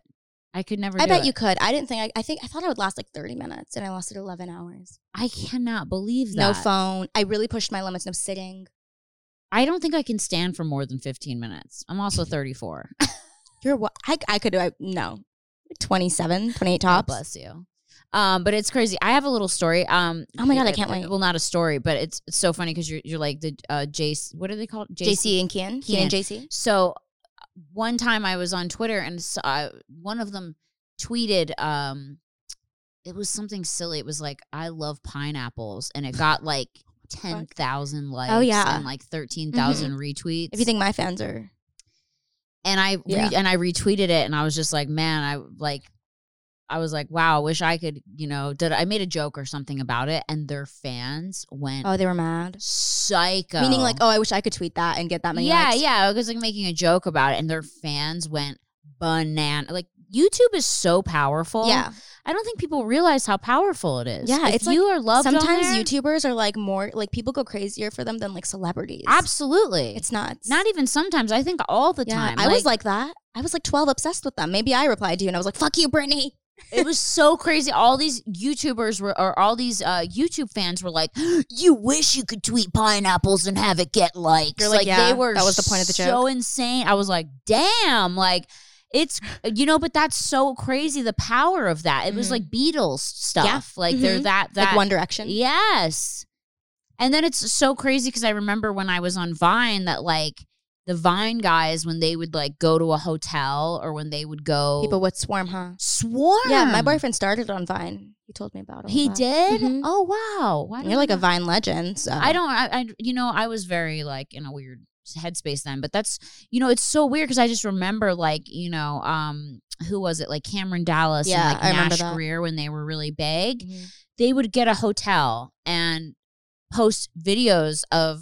Speaker 1: I could never do
Speaker 2: bet
Speaker 1: it.
Speaker 2: you could. I didn't think. I, I think I thought I would last like thirty minutes, and I lasted eleven hours.
Speaker 1: I cannot believe that.
Speaker 2: No phone. I really pushed my limits. No sitting.
Speaker 1: I don't think I can stand for more than 15 minutes. I'm
Speaker 2: Mm-hmm.
Speaker 1: also 34.
Speaker 2: You're what? I I could. I, no, twenty-seven, twenty-eight
Speaker 1: God
Speaker 2: tops.
Speaker 1: bless you. Um, but it's crazy. I have a little story. Um,
Speaker 2: Oh my God, I
Speaker 1: it-
Speaker 2: can't wait.
Speaker 1: Well, not a story, but it's, it's so funny because you're you're like the uh, Jace. What are they called?
Speaker 2: JC and Kian. Kian and JC.
Speaker 1: So uh, one time I was on Twitter and saw, one of them tweeted um it was something silly. It was like I love pineapples and it got like 10,000 likes
Speaker 2: Oh, yeah. Mm-hmm.
Speaker 1: and like 13,000 retweets.
Speaker 2: If you think my fans are,
Speaker 1: and I re-
Speaker 2: Yeah.
Speaker 1: and I retweeted it and I was just like, man, I like I was like, wow, I wish I could, you know, did I made a joke or something about it and their fans went
Speaker 2: oh, they were mad.
Speaker 1: psycho.
Speaker 2: Meaning like, oh, I wish I could tweet that and get that many.
Speaker 1: yeah,
Speaker 2: likes.
Speaker 1: yeah. I was like making a joke about it, and their fans went banana. Like YouTube is so powerful.
Speaker 2: yeah.
Speaker 1: I don't think people realize how powerful it is.
Speaker 2: Yeah,
Speaker 1: If
Speaker 2: it's like-
Speaker 1: you are loved. on
Speaker 2: Sometimes
Speaker 1: there-
Speaker 2: YouTubers are like more like people go crazier for them than like celebrities.
Speaker 1: absolutely. It's
Speaker 2: It's nuts.
Speaker 1: not even sometimes. I think all the
Speaker 2: Yeah,
Speaker 1: time.
Speaker 2: I was like that. I was like 12 obsessed with them. Maybe I replied to you and I was like, fuck you, Brittany.
Speaker 1: it was so crazy. All these YouTubers were, or all these uh, YouTube fans were like, "You wish you could tweet pineapples and have it get likes."
Speaker 2: You're like, yeah,
Speaker 1: they were.
Speaker 2: that was the point of the joke.
Speaker 1: So insane. I was like, "Damn!" Like. It's you know, but that's so crazy. The power of that. It was
Speaker 2: Mhm.
Speaker 1: like Beatles stuff. Like they're
Speaker 2: Mhm.
Speaker 1: that that
Speaker 2: like One Direction.
Speaker 1: Yes. And then it's so crazy because I remember when I was on Vine that like the Vine guys when they would like go to a hotel or when they would go
Speaker 2: People would swarm, huh?
Speaker 1: swarm.
Speaker 2: Yeah, my boyfriend started on Vine. He told me about it.
Speaker 1: He did.
Speaker 2: Mhm.
Speaker 1: Oh wow! Why
Speaker 2: And
Speaker 1: did
Speaker 2: You're
Speaker 1: I
Speaker 2: like a
Speaker 1: not-
Speaker 2: Vine legend. So
Speaker 1: I don't. I, I. You know, I was very like in a weird headspace then. But that's. You know, it's so weird because I just remember like you know, um, who was it? Like Cameron Dallas
Speaker 2: Yeah,
Speaker 1: and like
Speaker 2: I remember
Speaker 1: Nash
Speaker 2: that.
Speaker 1: Greer when they were really big.
Speaker 2: Mm-hmm.
Speaker 1: they would get a hotel and post videos of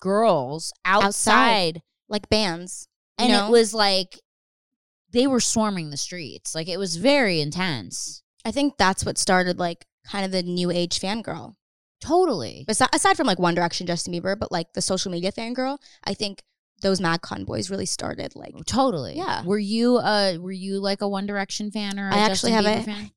Speaker 1: girls outside,
Speaker 2: Outside, like bands. you
Speaker 1: and
Speaker 2: know?
Speaker 1: it was like they were swarming the streets like it was very intense
Speaker 2: I think that's what started like kind of the new age fangirl.
Speaker 1: totally
Speaker 2: Besi- aside from like One Direction, Justin Bieber, but like the social media fangirl, I think those MadCon boys really started like
Speaker 1: totally
Speaker 2: Yeah.
Speaker 1: were you uh were you like a one direction fan or I
Speaker 2: I actually
Speaker 1: Justin
Speaker 2: have
Speaker 1: Bieber
Speaker 2: a-
Speaker 1: fan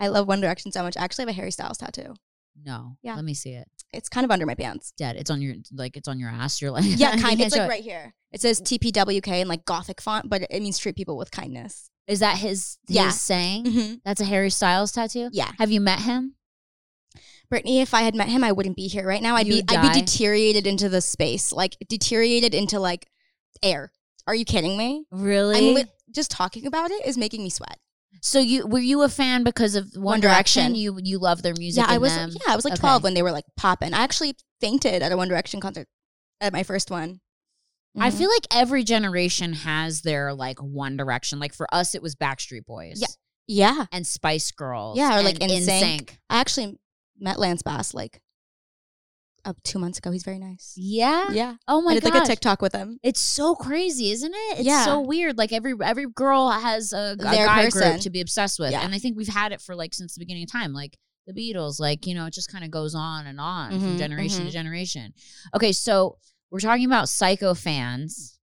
Speaker 2: I love One Direction so much. I actually have a Harry Styles tattoo.
Speaker 1: no
Speaker 2: Yeah.
Speaker 1: let me see it
Speaker 2: It's kind of under my pants.
Speaker 1: dead it's on your like it's on your ass you're like
Speaker 2: Yeah,
Speaker 1: You
Speaker 2: kind
Speaker 1: can't
Speaker 2: It's
Speaker 1: show
Speaker 2: like
Speaker 1: it.
Speaker 2: right here. It says TPWK in like gothic font, but it means treat people with kindness.
Speaker 1: is that his his
Speaker 2: Yeah.
Speaker 1: saying
Speaker 2: Mm-hmm.
Speaker 1: that's a harry styles tattoo
Speaker 2: Yeah.
Speaker 1: have you met him
Speaker 2: Brittany, if I had met him, I wouldn't be here right now. I'd
Speaker 1: You
Speaker 2: be
Speaker 1: would
Speaker 2: I'd
Speaker 1: die.
Speaker 2: be deteriorated into the space, like deteriorated into like air. Are you kidding me?
Speaker 1: really
Speaker 2: I'm li- just talking about it is making me sweat.
Speaker 1: So you were you a fan because of One,
Speaker 2: One
Speaker 1: Direction?
Speaker 2: Direction.
Speaker 1: You you love their music.
Speaker 2: Yeah, I
Speaker 1: and
Speaker 2: was
Speaker 1: them.
Speaker 2: yeah, I was like
Speaker 1: Okay.
Speaker 2: 12 when they were like popping. I actually fainted at a One Direction concert at my first one.
Speaker 1: I
Speaker 2: Mhm.
Speaker 1: feel like every generation has their like One Direction. Like for us, it was Backstreet Boys.
Speaker 2: Yeah. yeah.
Speaker 1: And Spice Girls.
Speaker 2: Yeah, or like
Speaker 1: and
Speaker 2: NSYNC.
Speaker 1: NSYNC.
Speaker 2: I actually met Lance Bass like up two months ago. He's very nice.
Speaker 1: Yeah.
Speaker 2: Yeah,
Speaker 1: Oh my
Speaker 2: I
Speaker 1: god.
Speaker 2: did like a TikTok with him.
Speaker 1: It's so crazy, isn't it? It's
Speaker 2: Yeah.
Speaker 1: so weird. Like every every girl has a, a
Speaker 2: Their
Speaker 1: guy group
Speaker 2: person.
Speaker 1: to be obsessed with,
Speaker 2: Yeah.
Speaker 1: and I think we've had it for like since the beginning of time. Like the Beatles, like you know, it just kind of goes on and on from
Speaker 2: Mhm,
Speaker 1: generation to
Speaker 2: mhm.
Speaker 1: generation. Okay, so we're talking about psycho fans.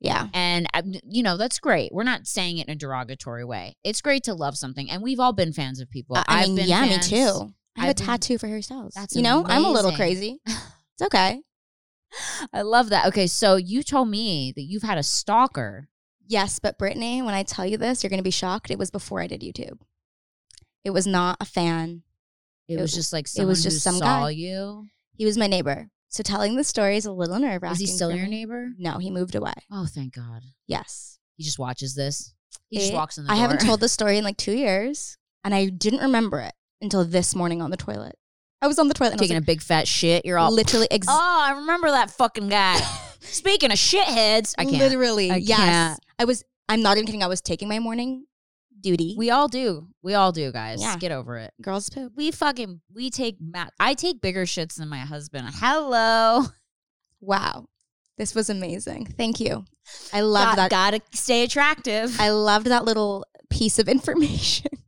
Speaker 2: Yeah.
Speaker 1: And, um, you know, that's great. We're not saying it in a derogatory way. It's great to love something. And we've all been fans of people.
Speaker 2: I
Speaker 1: have
Speaker 2: mean,
Speaker 1: been
Speaker 2: yeah,
Speaker 1: fans.
Speaker 2: me too. I have
Speaker 1: I've
Speaker 2: a
Speaker 1: been-
Speaker 2: tattoo for Harry Styles.
Speaker 1: That's
Speaker 2: you know, I'm a little
Speaker 1: amazing.
Speaker 2: crazy. It's okay.
Speaker 1: I love that. Okay. So you told me that you've had a stalker.
Speaker 2: Yes, but Brittany, when I tell you this, you're going to be shocked. It was before I did YouTube. It was not a fan.
Speaker 1: It,
Speaker 2: It
Speaker 1: was
Speaker 2: w-
Speaker 1: just like someone
Speaker 2: it was just
Speaker 1: who
Speaker 2: some
Speaker 1: saw
Speaker 2: guy.
Speaker 1: you.
Speaker 2: He was my neighbor. So telling the story is a little nerve
Speaker 1: Is
Speaker 2: wracking.
Speaker 1: he still your neighbor?
Speaker 2: No, he moved away.
Speaker 1: Oh, thank God.
Speaker 2: Yes.
Speaker 1: He just watches this. He just
Speaker 2: It-
Speaker 1: walks in the
Speaker 2: I
Speaker 1: door.
Speaker 2: haven't told this story in like two years, and I didn't remember it until this morning on the toilet. I was on the toilet and I was
Speaker 1: Taking a big fat shit. You're
Speaker 2: like,
Speaker 1: all.
Speaker 2: literally, ex-
Speaker 1: oh, I remember that fucking guy. Speaking of shitheads, I can't.
Speaker 2: literally,
Speaker 1: I
Speaker 2: yes.
Speaker 1: can't.
Speaker 2: I was, I'm not even kidding. I was taking my morning duty.
Speaker 1: We all do. We all do, guys.
Speaker 2: Yeah.
Speaker 1: Get over it.
Speaker 2: Girls poop.
Speaker 1: we fucking we take ma- I take bigger shits than my husband. Hello,
Speaker 2: Wow. This was amazing. Thank you. I love that.
Speaker 1: Gotta stay attractive.
Speaker 2: I loved that little piece of information.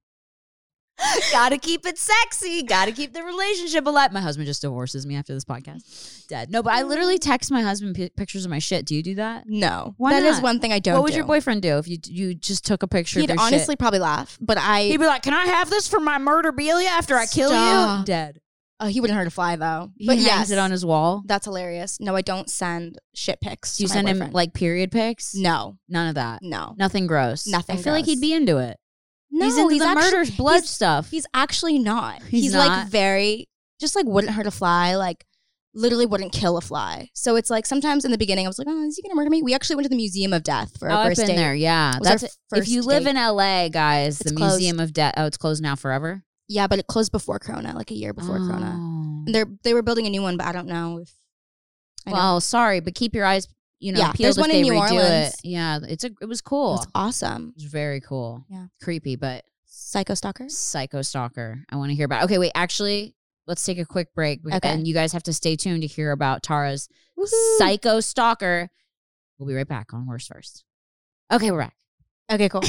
Speaker 1: gotta keep it sexy. Gotta keep the relationship alive. My husband just divorces me after this podcast. Dead. No, but I literally text my husband pi pictures of my shit. Do you do that?
Speaker 2: No,
Speaker 1: Why
Speaker 2: that is
Speaker 1: not?
Speaker 2: one thing I don't.
Speaker 1: what would
Speaker 2: do.
Speaker 1: your boyfriend do if you you just took a picture
Speaker 2: He'd
Speaker 1: of your shit?
Speaker 2: honestly probably laugh, but I
Speaker 3: He'd be like, "Can I have this for my murderabilia after I kill you?"
Speaker 2: Stop.
Speaker 1: dead.
Speaker 2: Oh, he wouldn't hurt a fly though.
Speaker 1: He
Speaker 2: but
Speaker 1: hangs
Speaker 2: yes,
Speaker 1: it on his wall.
Speaker 2: that's hilarious. No, I don't send shit pics.
Speaker 1: Do you
Speaker 2: to my
Speaker 1: send him
Speaker 2: boyfriend.
Speaker 1: like period pics?
Speaker 2: no,
Speaker 1: None of that.
Speaker 2: no,
Speaker 1: Nothing gross.
Speaker 2: Nothing
Speaker 1: I feel like
Speaker 2: gross.
Speaker 1: he'd be into it.
Speaker 2: no.
Speaker 1: he's into the
Speaker 2: actu-
Speaker 1: murder blood
Speaker 2: he's-
Speaker 1: stuff.
Speaker 2: He's actually not.
Speaker 1: He's
Speaker 2: He's,
Speaker 1: not?
Speaker 2: like very just like wouldn't hurt a fly. Like literally wouldn't kill a fly. So it's like sometimes in the beginning I was like, oh, is he gonna murder me? We actually went to the Museum of Death for
Speaker 1: oh,
Speaker 2: our
Speaker 1: I've
Speaker 2: first
Speaker 1: been
Speaker 2: date.
Speaker 1: there. Yeah,
Speaker 2: It was our
Speaker 1: that's if
Speaker 2: first
Speaker 1: you live
Speaker 2: date.
Speaker 1: in LA, guys.
Speaker 2: It's
Speaker 1: the
Speaker 2: closed.
Speaker 1: Museum of Death. Oh, it's closed now forever.
Speaker 2: Yeah, but it closed before Corona, like a year before Corona.
Speaker 1: Oh.
Speaker 2: And they're they were building a new one, but I don't know if. I know.
Speaker 1: Well, sorry, but keep your eyes, you know,
Speaker 2: Yeah,
Speaker 1: peeled
Speaker 2: there's
Speaker 1: if
Speaker 2: one in
Speaker 1: they
Speaker 2: New
Speaker 1: redo
Speaker 2: Orleans.
Speaker 1: it. Yeah, it's a. It was cool.
Speaker 2: it's awesome.
Speaker 1: It was very cool.
Speaker 2: Yeah.
Speaker 1: creepy, but
Speaker 2: Psycho stalkers.
Speaker 1: psycho stalker. I want to hear about. Okay, wait. Actually, let's take a quick break,
Speaker 2: Okay.
Speaker 1: and you guys have to stay tuned to hear about Tara's
Speaker 2: Woohoo.
Speaker 1: psycho stalker. We'll be right back on Worst First. Okay, we're back.
Speaker 2: Okay, cool.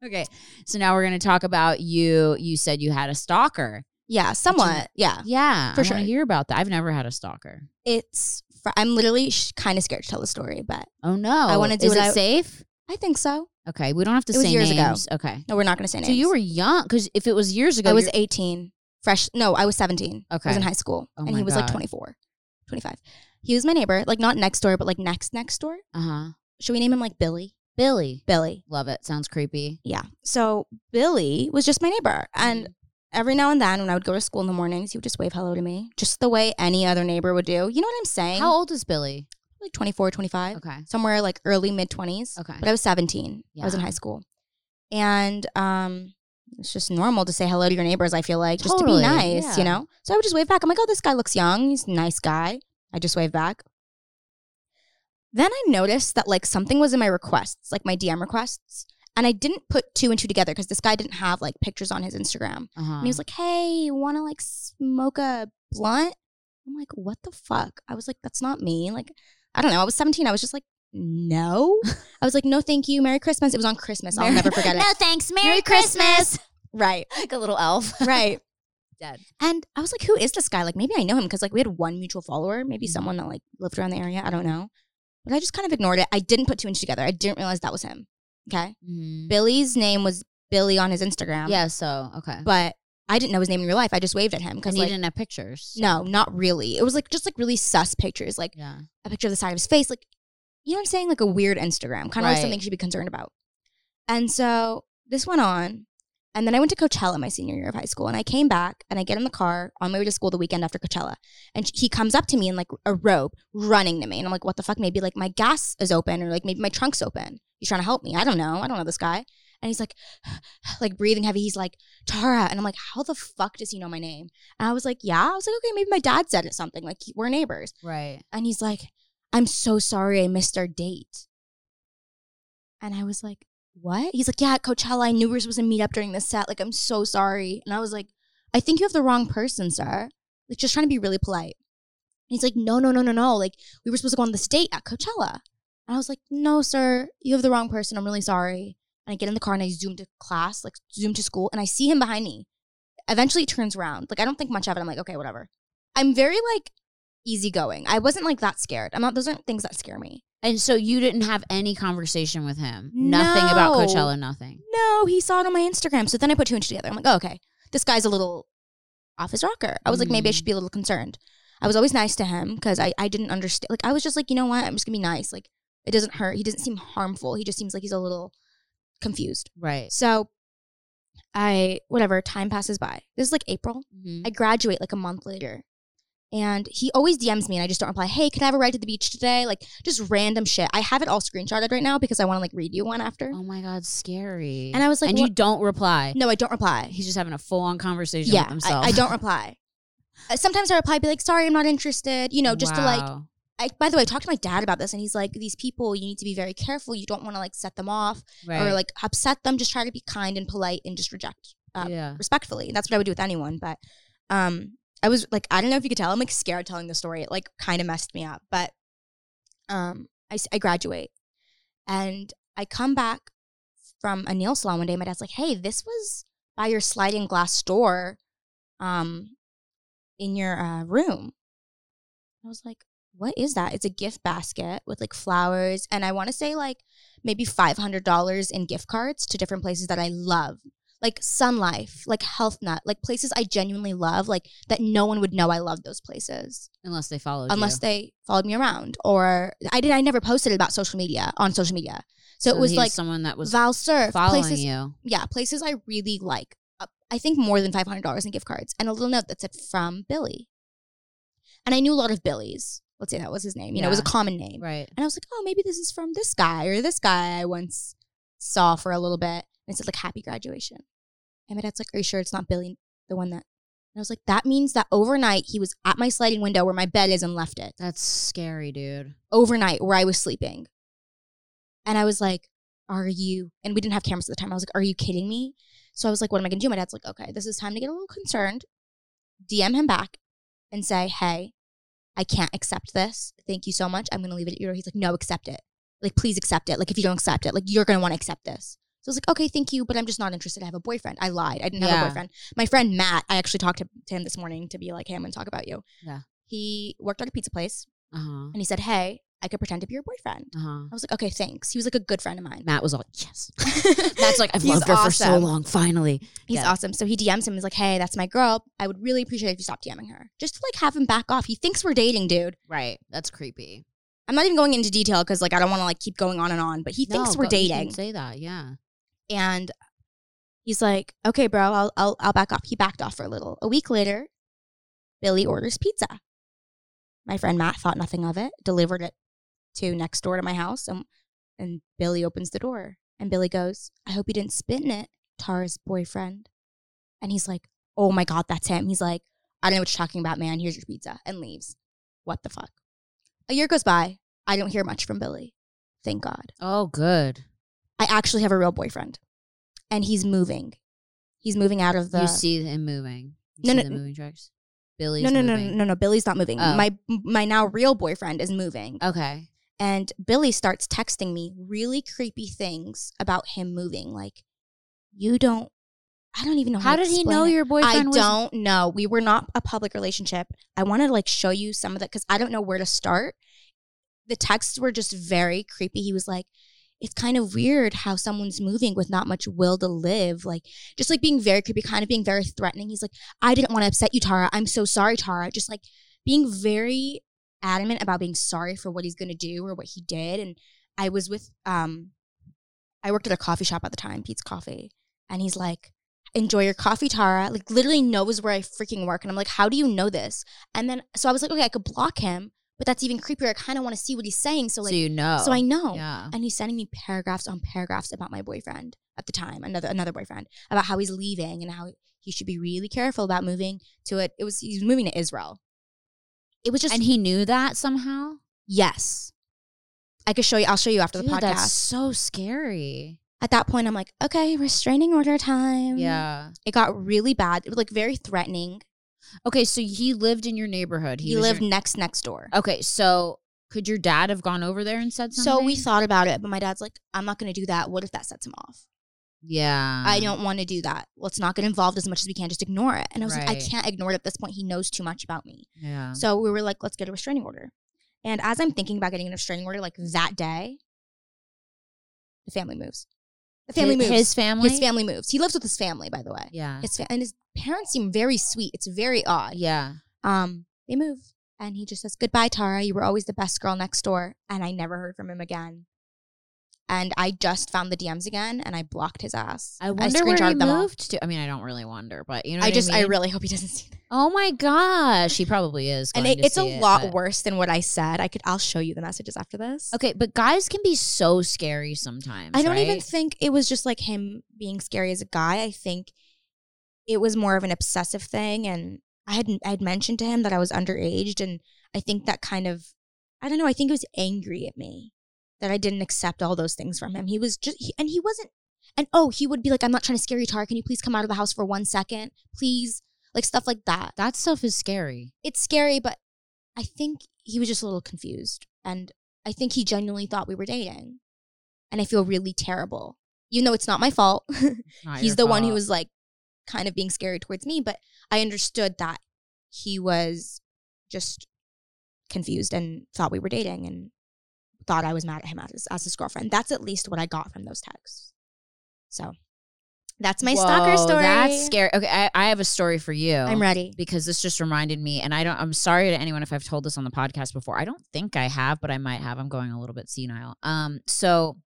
Speaker 1: Okay, so now we're gonna talk about you. You said you had a stalker.
Speaker 2: Yeah, somewhat. Yeah.
Speaker 1: Yeah,
Speaker 2: For
Speaker 1: I
Speaker 2: sure.
Speaker 1: Want to hear about that? I've never had a stalker.
Speaker 2: It's, fr- I'm literally sh- kind of scared to tell the story, but
Speaker 1: Oh no!
Speaker 2: I wanna do
Speaker 1: Is
Speaker 2: what
Speaker 1: it
Speaker 2: I-
Speaker 1: safe?
Speaker 2: I think so.
Speaker 1: Okay, we don't have to
Speaker 2: It was
Speaker 1: say
Speaker 2: years ago.
Speaker 1: names. Okay.
Speaker 2: No, we're not going to say names.
Speaker 1: So you were young because if it was years ago,
Speaker 2: I was
Speaker 1: you're-
Speaker 2: 18, fresh. No, I was 17. I
Speaker 1: okay.
Speaker 2: was in high school.
Speaker 1: Oh
Speaker 2: and
Speaker 1: my
Speaker 2: he was
Speaker 1: God.
Speaker 2: like 24, 25. He was my neighbor, like not next door, but like next, next door.
Speaker 1: Uh huh.
Speaker 2: Should we name him like Billy?
Speaker 1: Billy,
Speaker 2: Billy.
Speaker 1: love it. Sounds creepy.
Speaker 2: Yeah. So Billy was just my neighbor.
Speaker 1: Mm.
Speaker 2: And every now and then when I would go to school in the mornings, he would just wave hello to me, just the way any other neighbor would do. You know what I'm saying?
Speaker 1: How old is Billy?
Speaker 2: Like 24, 25.
Speaker 1: Okay.
Speaker 2: somewhere like early mid 20s.
Speaker 1: Okay.
Speaker 2: But I was 17. I was in
Speaker 1: Yeah.
Speaker 2: high school. And um, it's just normal to say hello to your neighbors, I feel like, just
Speaker 1: Totally,
Speaker 2: to be nice,
Speaker 1: yeah.
Speaker 2: you know? So I would just wave back. I'm like, oh, this guy looks young. He's a nice guy. I just wave back. Then I noticed that like something was in my requests, like my DM requests. And I didn't put two and two together because this guy didn't have like pictures on his Instagram.
Speaker 1: Uh-huh.
Speaker 2: And he was like, hey, want to like smoke a blunt? I'm like, what the fuck? I was like, that's not me. Like, I don't know. I was 17. I was just like, no. I was like, no, thank you. Merry Christmas. It was on Christmas. I'll
Speaker 1: Merry-
Speaker 2: never forget it.
Speaker 3: No thanks. Merry,
Speaker 1: Merry
Speaker 3: Christmas.
Speaker 2: Right.
Speaker 1: like a little elf.
Speaker 2: Right.
Speaker 1: Dead.
Speaker 2: And I was like, who is this guy? Like, maybe I know him because like we had one mutual follower, maybe
Speaker 1: Mhm.
Speaker 2: someone that like lived around the area. I don't know. But I just kind of ignored it. I didn't put two and two together. I didn't realize that was him. Okay.
Speaker 1: Mhm.
Speaker 2: Billy's name was Billy on his Instagram.
Speaker 1: Yeah. So okay.
Speaker 2: But I didn't know his name in real life. I just waved at him
Speaker 1: Because
Speaker 2: because
Speaker 1: he
Speaker 2: like,
Speaker 1: didn't have pictures. so-
Speaker 2: No, not really. It was like just like really sus pictures, like
Speaker 1: Yeah.
Speaker 2: a picture of the side of his face, like you know what I'm saying, like a weird Instagram, kind of like
Speaker 1: Right.
Speaker 2: something you should be concerned about. And so this went on, and then I went to Coachella my senior year of high school, and I came back and I get in the car on my way to school the weekend after Coachella, and he comes up to me in like a robe, running to me, and I'm like, what the fuck? Maybe like my gas is open, or like maybe my trunk's open. He's trying to help me. I don't know. I don't know this guy. And he's like, like breathing heavy. He's like, Tara. And I'm like, how the fuck does he know my name? And I was like, yeah. I was like, okay, maybe my dad said it something. Like, he- we're neighbors.
Speaker 1: Right.
Speaker 2: And he's like, I'm so sorry I missed our date. And I was like, what? He's like, yeah, at Coachella, I knew we were supposed to meet up during this set. Like, I'm so sorry. And I was like, I think you have the wrong person, sir. Like, just trying to be really polite. And he's like, no, no, no, no, no. Like, we were supposed to go on this date at Coachella. And I was like, no, sir, you have the wrong person. I'm really sorry. And I get in the car and I zoom to class, like, zoom to school, and I see him behind me. Eventually, he turns around. Like, I don't think much of it. I'm like, okay, whatever. I'm very, like, easygoing. I wasn't, like, that scared. I'm not, those aren't things that scare me.
Speaker 1: And so you didn't have any conversation with him. Nothing about
Speaker 2: No.
Speaker 1: Coachella. Nothing.
Speaker 2: no, he saw it on my Instagram. So then I put two and two together. I'm like, oh, okay, this guy's a little off his rocker. I was like, maybe I
Speaker 1: Mhm.
Speaker 2: should be a little concerned. I was always nice to him because I, I didn't understand. Like, I was just like, you know what? I'm just going to be nice. Like, it doesn't hurt. He doesn't seem harmful. He just seems like he's a little confused.
Speaker 1: Right.
Speaker 2: So I, whatever, time passes by. This is like April.
Speaker 1: Mhm.
Speaker 2: I graduate like a month later. And he always DMs me and I just don't reply. Hey, can I have a ride to the beach today? Like, just random shit. I have it all screenshotted right now because I want to like read you one after.
Speaker 1: Oh my god, scary.
Speaker 2: And I was like,
Speaker 1: and
Speaker 2: what-
Speaker 1: you don't reply.
Speaker 2: No, I don't reply.
Speaker 1: He's just having a full on conversation with
Speaker 2: yeah,
Speaker 1: himself.
Speaker 2: I, I don't reply. Uh, Sometimes I reply, be like, sorry, I'm not interested. You know, just to like,
Speaker 1: Wow.
Speaker 2: I, by the way, I talked to my dad about this and he's like, these people, you need to be very careful. You don't want to like set them off
Speaker 1: right.
Speaker 2: or like upset them. Just try to be kind and polite and just reject uh,
Speaker 1: yeah.
Speaker 2: respectfully. That's what I would do with anyone. But um, I was like, I don't know if you could tell, I'm like scared telling the story. It like kind of messed me up. But um, I, s- I graduate and I come back from a nail salon one day. My dad's like, hey, this was by your sliding glass door um, in your uh, room. I was like, what is that? It's a gift basket with like flowers. And I want to say like maybe $500 in gift cards to different places that I love, like Sun Life, like Health Nut, like places I genuinely love, like that no one would know I love those places
Speaker 1: Unless they followed
Speaker 2: unless
Speaker 1: you.
Speaker 2: they followed me around or I did. I never posted about social media on social media. So, it was
Speaker 1: he
Speaker 2: like
Speaker 1: someone that was
Speaker 2: Val Surf,
Speaker 1: following
Speaker 2: places
Speaker 1: you.
Speaker 2: yeah, places I really like. Uh, I think more than five hundred dollars in gift cards and a little note that said from Billy. And I knew a lot of Billy's. Let's say that was his name. You know, it was a
Speaker 1: Yeah.
Speaker 2: common name.
Speaker 1: Right.
Speaker 2: And I was like, oh, maybe this is from this guy or this guy I once saw for a little bit. And it said like happy graduation. And my dad's like, are you sure it's not Billy, the one that? And I was like, that means that overnight he was at my sliding window where my bed is and left it
Speaker 1: That's scary, dude.
Speaker 2: overnight where I was sleeping. And I was like, Are you? And we didn't have cameras at the time. I was like, Are you kidding me? So I was like, What am I going to do? My dad's like, Okay, this is time to get a little concerned. DM him back and say, Hey, I can't accept this. Thank you so much. I'm going to leave it at your door. He's like, No, accept it. Like, please accept it. Like, if you don't accept it, like, you're going to want to accept this. So I was like, okay, thank you, but I'm just not interested. I have a boyfriend. I lied. I didn't have
Speaker 1: Yeah.
Speaker 2: a boyfriend. My friend Matt, I actually talked to, to him this morning to be like, hey, I'm going to talk about you.
Speaker 1: Yeah.
Speaker 2: He worked at a pizza place
Speaker 1: Uh huh.
Speaker 2: and he said, Hey, I could pretend to be your boyfriend.
Speaker 1: Uh huh.
Speaker 2: I was like, Okay, thanks. He was like a good friend of mine.
Speaker 1: Matt was all yes. That's like I've
Speaker 2: He's
Speaker 1: loved her for so
Speaker 2: awesome.
Speaker 1: long. Finally,
Speaker 2: He's
Speaker 1: Yeah.
Speaker 2: awesome. So he DMs him and is like, Hey, that's my girl. I would really appreciate it if you stopped DMing her. Just to like have him back off. He thinks we're dating, dude.
Speaker 1: right. That's creepy.
Speaker 2: I'm not even going into detail because like I don't want to like keep going on and on, but he thinks
Speaker 1: No,
Speaker 2: we're
Speaker 1: go- you can
Speaker 2: dating.
Speaker 1: Say that, yeah.
Speaker 2: And he's like, Okay, bro, I'll I'll I'll back off. He backed off for a little. A week later, Billy orders pizza. My friend Matt thought nothing of it, delivered it to next door to my house, and and Billy opens the door. And Billy goes, I hope you didn't spit in it, Tara's boyfriend. And he's like, Oh my god, that's him. He's like, I don't know what you're talking about, man. Here's your pizza. And leaves. What the fuck? A year goes by. I don't hear much from Billy. Thank God.
Speaker 1: Oh, good.
Speaker 2: I actually have a real boyfriend, and he's moving. He's moving out of the.
Speaker 1: you see him moving. You
Speaker 2: No,
Speaker 1: see
Speaker 2: no,
Speaker 1: the
Speaker 2: n-
Speaker 1: moving tracks. Billy's
Speaker 2: no, no, no,
Speaker 1: moving.
Speaker 2: no, no. Billy's not moving.
Speaker 1: Oh.
Speaker 2: My my now real boyfriend is moving,
Speaker 1: Okay.
Speaker 2: and Billy starts texting me really creepy things about him moving. Like, you don't. I don't even know how,
Speaker 1: How
Speaker 2: to
Speaker 1: did he
Speaker 2: explain
Speaker 1: know
Speaker 2: it.
Speaker 1: your
Speaker 2: I
Speaker 1: boyfriend? was-
Speaker 2: don't know. We were not a public relationship. I want to like show you some of that because I don't know where to start. The texts were just very creepy. He was like, it's kind of weird how someone's moving with not much will to live. Like, just like being very creepy, kind of being very threatening. He's like, I didn't want to upset you, Tara. I'm so sorry, Tara. Just like being very adamant about being sorry for what he's going to do or what he did. And I was with, um, I worked at a coffee shop at the time, Pete's Coffee. And he's like, enjoy your coffee, Tara. Like, literally knows where I freaking work. And I'm like, how do you know this? And then, so I was like, okay, I could block him, but that's even creepier. I kind of want to see what he's saying. So,
Speaker 1: So
Speaker 2: like,
Speaker 1: you know.
Speaker 2: so I know.
Speaker 1: Yeah.
Speaker 2: And he's sending me paragraphs on paragraphs about my boyfriend at the time, another another boyfriend, about how he's leaving and how he should be really careful about moving to it. It was he's moving to Israel. It was just
Speaker 1: and he knew that somehow.
Speaker 2: yes. I could show you. I'll show you after the
Speaker 1: Dude,
Speaker 2: podcast.
Speaker 1: That's so scary.
Speaker 2: At that point, I'm like, okay, restraining order time.
Speaker 1: Yeah.
Speaker 2: It got really bad. It was like very threatening.
Speaker 1: Okay, so he lived in your neighborhood.
Speaker 2: He,
Speaker 1: was
Speaker 2: lived
Speaker 1: Your- Oh,
Speaker 2: next next door.
Speaker 1: okay, so could your dad have gone over there and said something?
Speaker 2: So we thought about it, but my dad's like, I'm not going to do that. What if that sets him off?
Speaker 1: Yeah.
Speaker 2: I don't want to do that. Let's not get involved as much as we can. Just ignore it. And I was like, I
Speaker 1: Right. Uh-huh.
Speaker 2: can't ignore it at this point. He knows too much about me.
Speaker 1: Yeah.
Speaker 2: So we were like, let's get a restraining order. And as I'm thinking about getting a restraining order, like that day, the family moves. The family
Speaker 1: his,
Speaker 2: moves.
Speaker 1: His family.
Speaker 2: His family moves. He lives with his family, by the way.
Speaker 1: Yeah.
Speaker 2: His fa- and his parents seem very sweet. It's very odd.
Speaker 1: yeah.
Speaker 2: Um, they move, and he just says goodbye, Tara. You were always the best girl next door, and I never heard from him again. And I just found the DMs again, and I blocked his ass.
Speaker 1: I wonder where he
Speaker 2: screenshotted them all.
Speaker 1: moved to. I mean, I don't really wonder, but you know.
Speaker 2: I
Speaker 1: what
Speaker 2: just, I,
Speaker 1: mean?
Speaker 2: really hope he doesn't see that.
Speaker 1: Oh my gosh, he probably is.
Speaker 2: And
Speaker 1: going
Speaker 2: it,
Speaker 1: to
Speaker 2: it's a
Speaker 1: see it,
Speaker 2: lot
Speaker 1: but-
Speaker 2: worse than what I said. I could, I'll show you the messages after this.
Speaker 1: Okay, but guys can be so scary sometimes.
Speaker 2: I don't even
Speaker 1: right?
Speaker 2: think it was just like him being scary as a guy. I think it was more of an obsessive thing, and I had I had mentioned to him that I was underage, and I think that kind of I don't know. I think he was angry at me that I didn't accept all those things from him. He was just he, and he wasn't. And oh, he would be like, "I'm not trying to scare you, Tara. Can you please come out of the house for one second, please?" Like stuff like that.
Speaker 1: that stuff is scary.
Speaker 2: It's scary, but I think he was just a little confused, and I think he genuinely thought we were dating, and I feel really terrible. You know, it's not my fault.
Speaker 1: It's not
Speaker 2: He's
Speaker 1: your
Speaker 2: the one who
Speaker 1: fault.
Speaker 2: was like, kind of being scary towards me, but I understood that he was just confused and thought we were dating and thought I was mad at him as, as his girlfriend. That's at least what I got from those texts. So that's my stalker
Speaker 1: Whoa,
Speaker 2: story.
Speaker 1: That's scary. Okay, I, I have a story for you.
Speaker 2: I'm ready.
Speaker 1: because this just reminded me, and I don't. I'm sorry to anyone if I've told this on the podcast before. I don't think I have, but I might have. I'm going a little bit senile. Um, so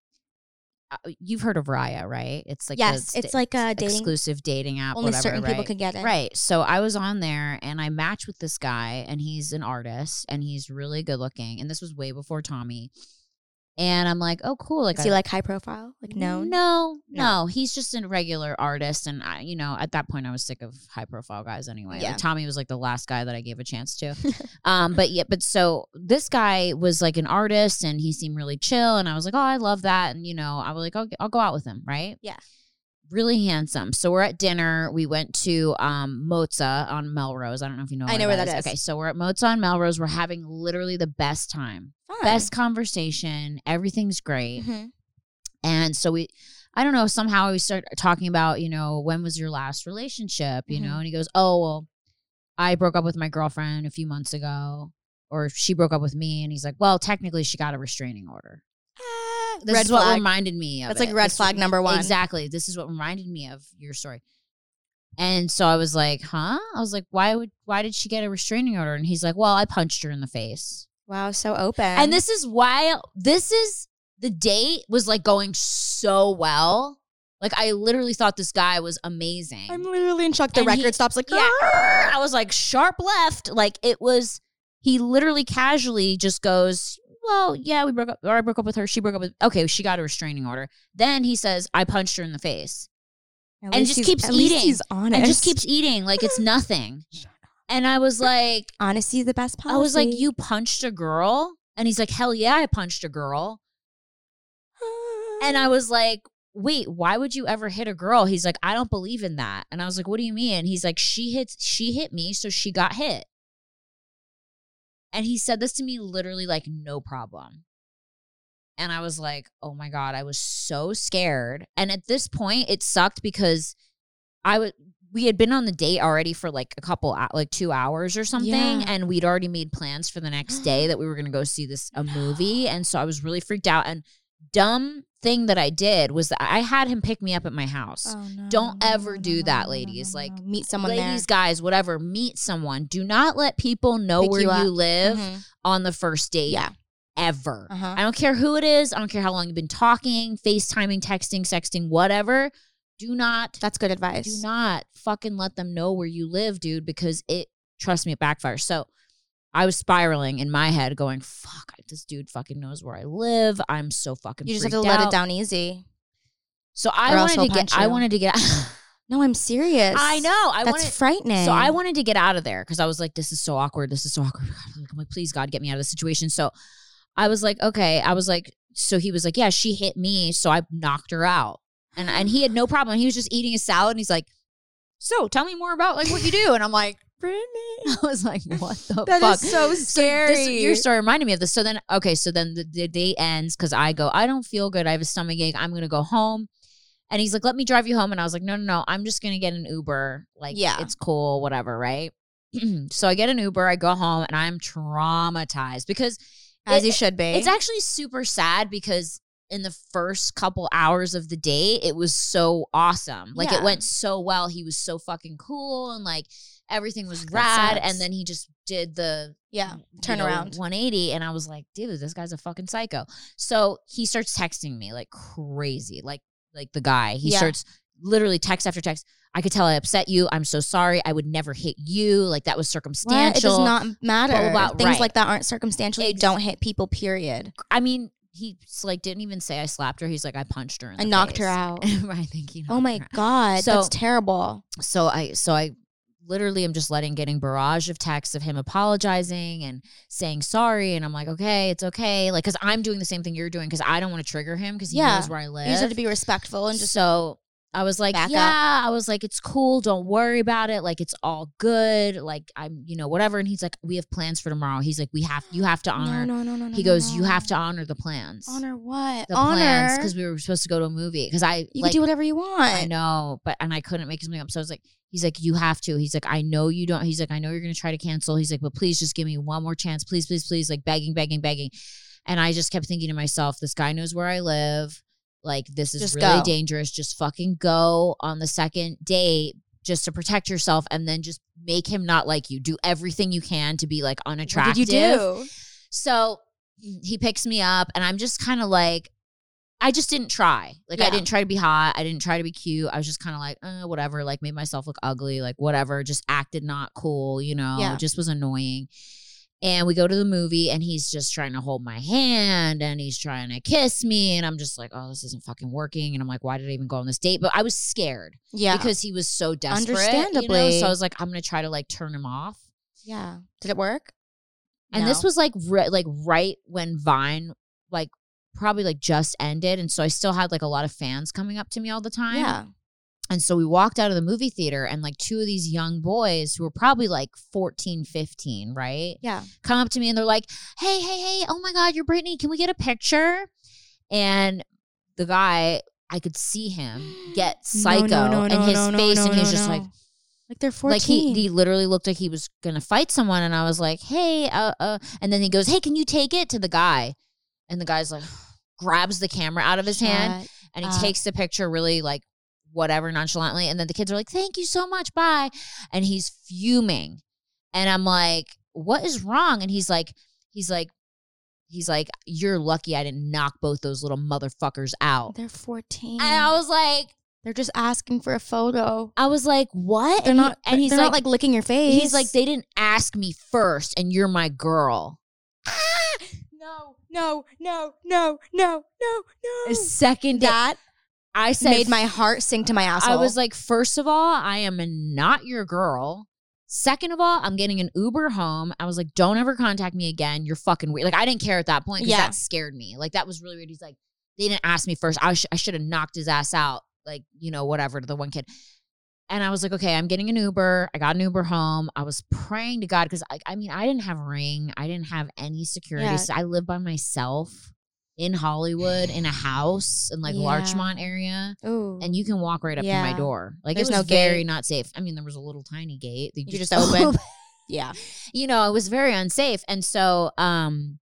Speaker 1: uh, you've heard of Raya, right? It's like
Speaker 2: yes,
Speaker 1: the
Speaker 2: it's like a dating.
Speaker 1: exclusive dating app.
Speaker 2: Only
Speaker 1: whatever,
Speaker 2: certain people
Speaker 1: right?
Speaker 2: can get it.
Speaker 1: Right. So I was on there and I matched with this guy, and he's an artist and he's really good looking. And this was way before Tommy. And I'm like, oh, cool. Like, Mm,
Speaker 2: Is
Speaker 1: I
Speaker 2: he like high profile? Like known?
Speaker 1: no,
Speaker 2: No.
Speaker 1: no, He's just a regular artist, and I, you know, at that point, I was sick of high profile guys anyway. Like,
Speaker 2: Yeah.
Speaker 1: Tommy was like the last guy that I gave a chance to. um, but yeah, but so this guy was like an artist, and he seemed really chill, and I was like, oh, I love that, and you know, I was like, I'll, I'll go out with him, right?
Speaker 2: Yeah.
Speaker 1: Really handsome. So we're at dinner. We went to um, Moza on Melrose. I don't know if you know.
Speaker 2: I know where that is.
Speaker 1: Okay, so we're at Moza on Melrose. We're having literally the best time,
Speaker 2: Fine.
Speaker 1: best conversation. Everything's great.
Speaker 2: Mhm.
Speaker 1: And so we, I don't know, somehow we start talking about, you know, when was your last relationship, you know?
Speaker 2: Mhm.
Speaker 1: And he goes, oh, well, I broke up with my girlfriend a few months ago, or she broke up with me. And he's like, well, technically she got a restraining order.
Speaker 2: Ah,
Speaker 1: This
Speaker 2: red
Speaker 1: is what
Speaker 2: flag.
Speaker 1: reminded me of
Speaker 2: That's
Speaker 1: it.
Speaker 2: like red
Speaker 1: This-
Speaker 2: flag number one.
Speaker 1: Exactly. This is what reminded me of your story. And so I was like, huh? I was like, why would, why did she get a restraining order? And he's like, well, I punched her in the face.
Speaker 2: Wow, so open.
Speaker 1: And this is why this is the date was like going so well. Like I literally thought this guy was amazing.
Speaker 2: I'm literally in shock. The
Speaker 1: And
Speaker 2: record
Speaker 1: he-
Speaker 2: stops like
Speaker 1: yeah. I was like sharp left. Like it was he literally casually just goes, Well, yeah, we broke up or I broke up with her. She broke up with okay, she got a restraining order. Then he says, I punched her in the face.
Speaker 2: At
Speaker 1: and
Speaker 2: least
Speaker 1: just
Speaker 2: he's-
Speaker 1: keeps
Speaker 2: at least
Speaker 1: eating.
Speaker 2: he's honest.
Speaker 1: And just keeps eating like it's nothing. And I was like,
Speaker 2: honesty is the best policy.
Speaker 1: I was like, You punched a girl? And he's like, Hell yeah, I punched a girl. And I was like, wait, why would you ever hit a girl? He's like, I don't believe in that. And I was like, what do you mean? He's like, she hits, she hit me, so she got hit. And he said this to me literally like, no problem. And I was like, oh my God, I was so scared. And at this point, it sucked because I was, we had been on the date already for like a couple, hou- like two hours or something.
Speaker 2: Yeah.
Speaker 1: And we'd already made plans for the next day that we were going to go see this, a movie. And so I was really freaked out. And dumb thing that I did was that I had him pick me up at my house.
Speaker 2: Oh, no,
Speaker 1: Don't
Speaker 2: no, no,
Speaker 1: ever
Speaker 2: no,
Speaker 1: do
Speaker 2: no,
Speaker 1: that,
Speaker 2: no, no,
Speaker 1: ladies.
Speaker 2: no,
Speaker 1: Like,
Speaker 2: no. meet someone
Speaker 1: Ladies, guys, whatever, meet someone. Do not let people know
Speaker 2: Pick
Speaker 1: where
Speaker 2: you
Speaker 1: you,
Speaker 2: up. there.
Speaker 1: live
Speaker 2: Mhm.
Speaker 1: on the first date
Speaker 2: Yeah.
Speaker 1: ever.
Speaker 2: Uh-huh.
Speaker 1: I don't care who it is. I don't care how long you've been talking, FaceTiming, texting, sexting, whatever. Do not,
Speaker 2: That's good
Speaker 1: do
Speaker 2: advice.
Speaker 1: not fucking let them know where you live, dude, because it, trust me, it backfires. So I was spiraling in my head going, fuck, this dude fucking knows where I live. I'm so fucking
Speaker 2: You just have to
Speaker 1: freaked
Speaker 2: let
Speaker 1: out.
Speaker 2: it down easy.
Speaker 1: So
Speaker 2: Or
Speaker 1: I
Speaker 2: else
Speaker 1: wanted to
Speaker 2: he'll
Speaker 1: get.
Speaker 2: punch
Speaker 1: I
Speaker 2: you.
Speaker 1: wanted to get.
Speaker 2: No, I'm serious.
Speaker 1: I know. I
Speaker 2: That's
Speaker 1: wanted.
Speaker 2: frightening.
Speaker 1: So I wanted to get out of there because I was like, "This is so awkward. This is so awkward." I'm like, "Please, God, get me out of this situation." So I was like, "Okay." I was like, "So he was like, yeah, she hit me, so I knocked her out." And and he had no problem. He was just eating a salad, and he's like, "So tell me more about like what you do." And I'm like, I was like, "What the
Speaker 2: That
Speaker 1: fuck?"
Speaker 2: is Oh, so scary.
Speaker 1: This, your story reminded me of this. So then, okay, so then the, the day ends because I go, I don't feel good. I have a stomach ache. I'm gonna go home. And he's like, let me drive you home. And I was like, no, no, no. I'm just gonna get an Uber. Like,
Speaker 2: Yeah.
Speaker 1: it's cool, whatever, right? so I get an Uber. I go home, and I'm traumatized because
Speaker 2: As
Speaker 1: it-
Speaker 2: you should be.
Speaker 1: it's actually super sad because in the first couple hours of the date, it was so awesome. Like
Speaker 2: Yeah.
Speaker 1: it went so well. He was so fucking cool and like everything was
Speaker 2: Fuck, that
Speaker 1: rad.
Speaker 2: sucks.
Speaker 1: And then he just did the
Speaker 2: yeah.
Speaker 1: you
Speaker 2: Turn
Speaker 1: know,
Speaker 2: around.
Speaker 1: 180 and i was like dude this guy's a fucking psycho so he starts texting me like crazy like like the guy he
Speaker 2: Yeah.
Speaker 1: starts literally text after text i could tell i upset you i'm so sorry i would never hit you like that was
Speaker 2: What? It
Speaker 1: circumstantial
Speaker 2: does not matter.
Speaker 1: blah,
Speaker 2: Things
Speaker 1: right.
Speaker 2: like that aren't circumstantial. You
Speaker 1: Ex-
Speaker 2: don't hit people. Period.
Speaker 1: i mean he's like didn't even say i slapped her he's like i punched her in
Speaker 2: I
Speaker 1: the
Speaker 2: knocked her
Speaker 1: face.
Speaker 2: out.
Speaker 1: i think he
Speaker 2: Oh
Speaker 1: knocked
Speaker 2: my
Speaker 1: her out.
Speaker 2: god,
Speaker 1: So-
Speaker 2: that's terrible.
Speaker 1: so I so I literally am just letting getting barrage of texts of him apologizing and saying sorry and I'm like okay it's okay like cuz I'm doing the same thing you're doing cuz I don't want to trigger him cuz he
Speaker 2: Yeah.
Speaker 1: knows where I live.
Speaker 2: You just have to be respectful and just
Speaker 1: so I was like,
Speaker 2: Back up.
Speaker 1: yeah. I was like, it's cool. Don't worry about it. Like, it's all good. Like, I'm, you know, whatever. And he's like, we have plans for tomorrow. He's like, we have, you have to honor.
Speaker 2: No, no, no, no.
Speaker 1: he
Speaker 2: no,
Speaker 1: goes, you
Speaker 2: no.
Speaker 1: have to honor the plans.
Speaker 2: honor what?
Speaker 1: the
Speaker 2: honor
Speaker 1: plans because we were supposed to go to a movie. Because I,
Speaker 2: you
Speaker 1: like,
Speaker 2: can do whatever you want.
Speaker 1: I know, but and I couldn't make something up. So I was like, he's like, you have to. He's like, I know you don't. He's like, I know you're gonna try to cancel. He's like, but please just give me one more chance, please, please, please. Like begging, begging, begging. And I just kept thinking to myself, this guy knows where I live. Like this is
Speaker 2: Just
Speaker 1: really
Speaker 2: go.
Speaker 1: dangerous. Just fucking go on the second date just to protect yourself, and then just make him not like you. Do everything you can to be like
Speaker 2: What
Speaker 1: unattractive.
Speaker 2: did you do?
Speaker 1: So he picks me up, and I'm just kind of like, I just didn't try. Like, I
Speaker 2: Yeah.
Speaker 1: didn't try to be hot. I didn't try to be cute. I was just kind of like, uh, whatever. Like, made myself look ugly. Like, whatever. Just acted not cool, you know,
Speaker 2: Yeah.
Speaker 1: just was annoying. And we go to the movie, and he's just trying to hold my hand and he's trying to kiss me. And I'm just like, oh, this isn't fucking working. And I'm like, why did I even go on this date? But I was scared
Speaker 2: Yeah.
Speaker 1: because he was so desperate. you know?
Speaker 2: Understandably.
Speaker 1: So I was like, I'm going to try to like turn him off.
Speaker 2: yeah. Did it work?
Speaker 1: And this
Speaker 2: No.
Speaker 1: was like ri- like right when Vine like probably like just ended and so I still had like a lot of fans coming up to me all the time.
Speaker 2: yeah.
Speaker 1: And so we walked out of the movie theater and like two of these young boys who were probably like 14, 15, right?
Speaker 2: Yeah.
Speaker 1: Come up to me and they're like, "Hey, hey, hey, oh my god, you're Brittany. Can we get a picture?" And the guy I could see him get psycho in his face and he was just like
Speaker 2: like they're 14.
Speaker 1: like he, he literally looked like he was gonna fight someone, and I was like, "Hey," uh, uh, and then he goes, "Hey, can you take it?" to the guy, and the guy's like, grabs the camera out of his hand and he
Speaker 2: up.
Speaker 1: takes the picture really like whatever nonchalantly, and then the kids are like, "Thank you so much, bye," and he's fuming, and I'm like, "What is wrong?" And he's like, he's like, he's like, "You're lucky I didn't knock both those little motherfuckers out,"
Speaker 2: They're 14.
Speaker 1: and I was like,
Speaker 2: They're just asking for a photo.
Speaker 1: I was like, "What?"
Speaker 2: They're
Speaker 1: and he-
Speaker 2: not.
Speaker 1: and he's
Speaker 2: they're
Speaker 1: like.
Speaker 2: not like licking your face.
Speaker 1: He's like, they didn't ask me first, and you're my girl.
Speaker 2: no, no, no, no, no, no, no.
Speaker 1: A second day,
Speaker 2: That
Speaker 1: I said,
Speaker 2: made my heart sink to my asshole.
Speaker 1: I was like, first of all, I am not your girl. Second of all, I'm getting an Uber home. I was like, don't ever contact me again. You're fucking weird. Like, I didn't care at that point because
Speaker 2: Yeah.
Speaker 1: that scared me. Like, that was really weird. He's like, they didn't ask me first. I, sh- I should have knocked his ass out. Like, you know, whatever to the one kid. And I was like, okay, I'm getting an Uber. I got an Uber home. I was praying to God because I, I mean, I didn't have Ring. I didn't have any security.
Speaker 2: Yeah.
Speaker 1: So I lived by myself in Hollywood in a house in like
Speaker 2: Yeah.
Speaker 1: Larchmont area
Speaker 2: ooh,
Speaker 1: and you can walk right up to my
Speaker 2: Yeah.
Speaker 1: door. Like
Speaker 2: There's
Speaker 1: it was
Speaker 2: no
Speaker 1: very
Speaker 2: gate.
Speaker 1: not safe. I mean, there was a little tiny gate. that
Speaker 2: You just open. yeah.
Speaker 1: you know, it was very unsafe, and so um,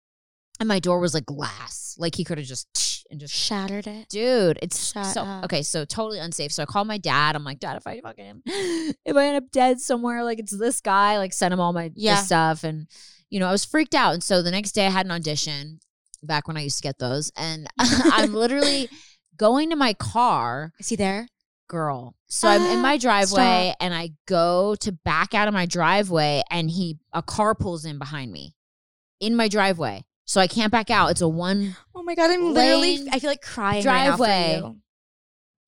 Speaker 1: and my door was like glass. Like he could have just and just.
Speaker 2: Shattered it.
Speaker 1: Dude, it's
Speaker 2: Shut
Speaker 1: so
Speaker 2: up.
Speaker 1: okay. So totally unsafe. So I called my dad. I'm like, Dad, if I fucking, if I end up dead somewhere, like it's this guy. Like sent him all my this
Speaker 2: Yeah.
Speaker 1: stuff, and you know, I was freaked out. And so the next day, I had an audition. Back when I used to get those, and I'm literally going to my car
Speaker 2: Is he there?
Speaker 1: girl. So I'm in my driveway
Speaker 2: stop.
Speaker 1: and I go to back out of my driveway and he a car pulls in behind me in my driveway. So I can't back out. It's a one.
Speaker 2: Oh my god, I'm literally.
Speaker 1: Lane
Speaker 2: I feel like crying. Right now
Speaker 1: driveway.
Speaker 2: for you.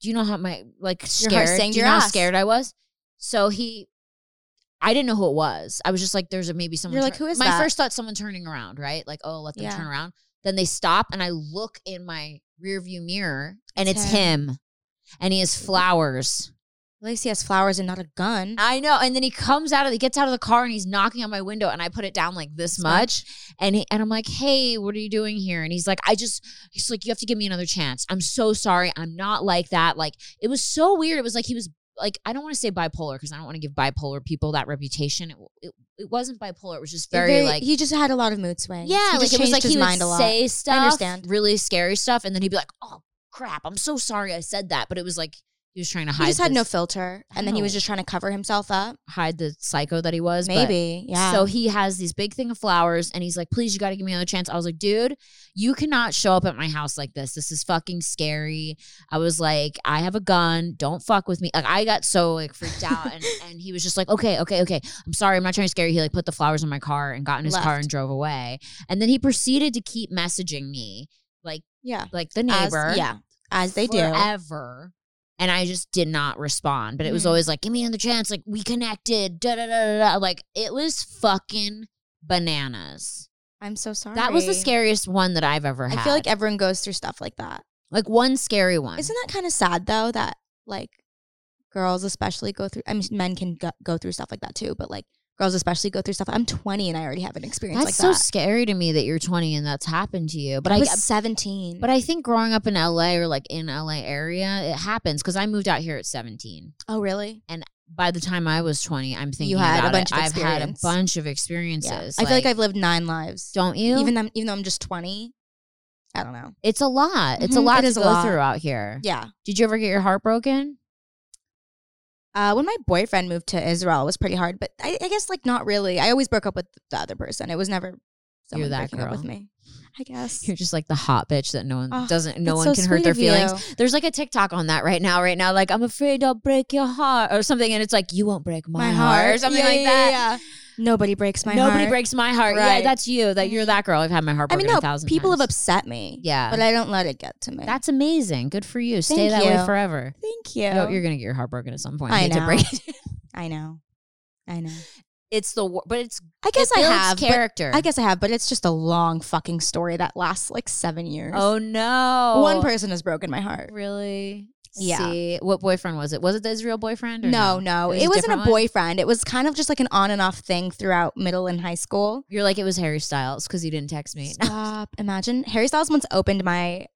Speaker 1: Do you know how my like
Speaker 2: Your heart
Speaker 1: scared?
Speaker 2: sang
Speaker 1: do
Speaker 2: to
Speaker 1: you
Speaker 2: your
Speaker 1: know how
Speaker 2: ass.
Speaker 1: scared I was? So he, I didn't know who it was. I was just like, there's a, maybe someone.
Speaker 2: You're like,
Speaker 1: turn-
Speaker 2: who is
Speaker 1: my
Speaker 2: that?
Speaker 1: first thought? Someone turning around, right? Like, oh, let them
Speaker 2: Yeah.
Speaker 1: turn around. Then they stop and I look in my rearview mirror and
Speaker 2: It's
Speaker 1: it's him, and he has flowers.
Speaker 2: At least he has flowers and not a gun.
Speaker 1: I know. And then he comes out of he gets out of the car and he's knocking on my window and I put it down like this
Speaker 2: This
Speaker 1: much. And he, and I'm like, hey, what are you doing here? And he's like, I just he's like, you have to give me another chance. I'm so sorry. I'm not like that. Like it was so weird. It was like he was like I don't want to say bipolar because I don't want to give bipolar people that reputation. It, it, it wasn't bipolar. It was just very, like
Speaker 2: he just had a lot of mood swings.
Speaker 1: yeah,
Speaker 2: he
Speaker 1: like
Speaker 2: just
Speaker 1: it was
Speaker 2: changed
Speaker 1: like
Speaker 2: his
Speaker 1: he
Speaker 2: mind
Speaker 1: would
Speaker 2: a lot.
Speaker 1: say stuff,
Speaker 2: understand.
Speaker 1: really scary stuff, and then he'd be like, oh crap, I'm so sorry I said that. But it was like he was trying to
Speaker 2: he
Speaker 1: hide
Speaker 2: just had no
Speaker 1: this-
Speaker 2: filter,
Speaker 1: I
Speaker 2: and then he was
Speaker 1: know.
Speaker 2: just trying to cover himself up.
Speaker 1: hide the psycho that he was. but-
Speaker 2: Maybe, yeah.
Speaker 1: So he has this big thing of flowers and he's like, please, you got to give me another chance. I was like, dude, you cannot show up at my house like this. This is fucking scary. I was like, I have a gun. Don't fuck with me. Like, I got so like freaked out. And, and he was just like, okay, okay, okay. I'm sorry. I'm not trying to scare you. He like put the flowers in my car and got in his car
Speaker 2: Left.
Speaker 1: and drove away. And then he proceeded to keep messaging me,
Speaker 2: yeah,
Speaker 1: like the neighbor.
Speaker 2: As, yeah, as they do.
Speaker 1: Forever. And I just did not respond. But it was
Speaker 2: Mhm.
Speaker 1: always like, give me another chance. Like, we connected. Da, da, da, da, da. Like, it was fucking bananas.
Speaker 2: I'm so sorry.
Speaker 1: That was the scariest one that I've ever had.
Speaker 2: I feel like everyone goes through stuff like that.
Speaker 1: like one scary one.
Speaker 2: Isn't that kind of sad though? That like girls especially go through. I mean, men can go, go through stuff like that too, but like girls especially go through stuff. I'm 20 and I already have an experience
Speaker 1: That's
Speaker 2: like
Speaker 1: so
Speaker 2: that.
Speaker 1: scary to me that you're 20 and that's happened to you. But
Speaker 2: I
Speaker 1: I,
Speaker 2: was 17.
Speaker 1: but I think growing up in LA or like in LA area, it happens because I moved out here at 17.
Speaker 2: oh really?
Speaker 1: By the time I was 20, I'm thinking
Speaker 2: had a
Speaker 1: about
Speaker 2: bunch
Speaker 1: it.
Speaker 2: of
Speaker 1: I've had a
Speaker 2: experience.
Speaker 1: bunch of
Speaker 2: Yeah.
Speaker 1: experiences.
Speaker 2: I feel like I've lived nine lives.
Speaker 1: don't you?
Speaker 2: Even though, even though I'm just 20, I don't know.
Speaker 1: it's a lot. It's a
Speaker 2: Mhm,
Speaker 1: lot
Speaker 2: it
Speaker 1: to
Speaker 2: is a
Speaker 1: go
Speaker 2: lot.
Speaker 1: through out here.
Speaker 2: Yeah.
Speaker 1: Did you ever get your heart broken?
Speaker 2: Uh, when my boyfriend moved to Israel, it was pretty hard, but I, I guess like not really. I always broke up with the other person. It was never someone
Speaker 1: that
Speaker 2: breaking up with
Speaker 1: girl.
Speaker 2: me. I guess.
Speaker 1: You're just like the hot bitch that no one
Speaker 2: Oh,
Speaker 1: doesn't, no
Speaker 2: That's
Speaker 1: one
Speaker 2: so
Speaker 1: can hurt
Speaker 2: sweet
Speaker 1: their
Speaker 2: of you.
Speaker 1: feelings. There's like a TikTok on that right now, right now. Like, I'm afraid I'll break your heart or something. And it's like, you won't break my,
Speaker 2: My
Speaker 1: heart.
Speaker 2: heart
Speaker 1: or something
Speaker 2: Yeah,
Speaker 1: like
Speaker 2: yeah,
Speaker 1: that.
Speaker 2: yeah, yeah. Nobody breaks my
Speaker 1: Nobody
Speaker 2: heart.
Speaker 1: breaks my heart. Yeah,
Speaker 2: Right.
Speaker 1: that's you. That you're that girl. I've had my heart
Speaker 2: I
Speaker 1: broken
Speaker 2: mean,
Speaker 1: a
Speaker 2: no.
Speaker 1: thousand
Speaker 2: People
Speaker 1: times.
Speaker 2: have upset me.
Speaker 1: Yeah.
Speaker 2: but I don't let it get to me.
Speaker 1: that's amazing. Good for you. Stay
Speaker 2: Thank
Speaker 1: that way
Speaker 2: you.
Speaker 1: forever.
Speaker 2: thank you.
Speaker 1: No, you're gonna get your heart broken at some point.
Speaker 2: I
Speaker 1: hate to
Speaker 2: know.
Speaker 1: break it.
Speaker 2: I know. I know.
Speaker 1: It's the wor- but it's
Speaker 2: I guess
Speaker 1: it
Speaker 2: I
Speaker 1: builds
Speaker 2: have. but-
Speaker 1: character.
Speaker 2: I guess I have, but it's just a long fucking story that lasts like seven years.
Speaker 1: Oh no,
Speaker 2: One person has broken my heart.
Speaker 1: really.
Speaker 2: Yeah.
Speaker 1: See, what boyfriend was it? Was it the Israel boyfriend? Or
Speaker 2: No,
Speaker 1: no, It
Speaker 2: no,
Speaker 1: was
Speaker 2: it,
Speaker 1: a
Speaker 2: was
Speaker 1: different
Speaker 2: not a
Speaker 1: one?
Speaker 2: boyfriend. It was kind of just like an on and off thing throughout middle and high school.
Speaker 1: You're like it was Harry Styles because he didn't text me.
Speaker 2: Stop! Imagine Harry Styles once opened my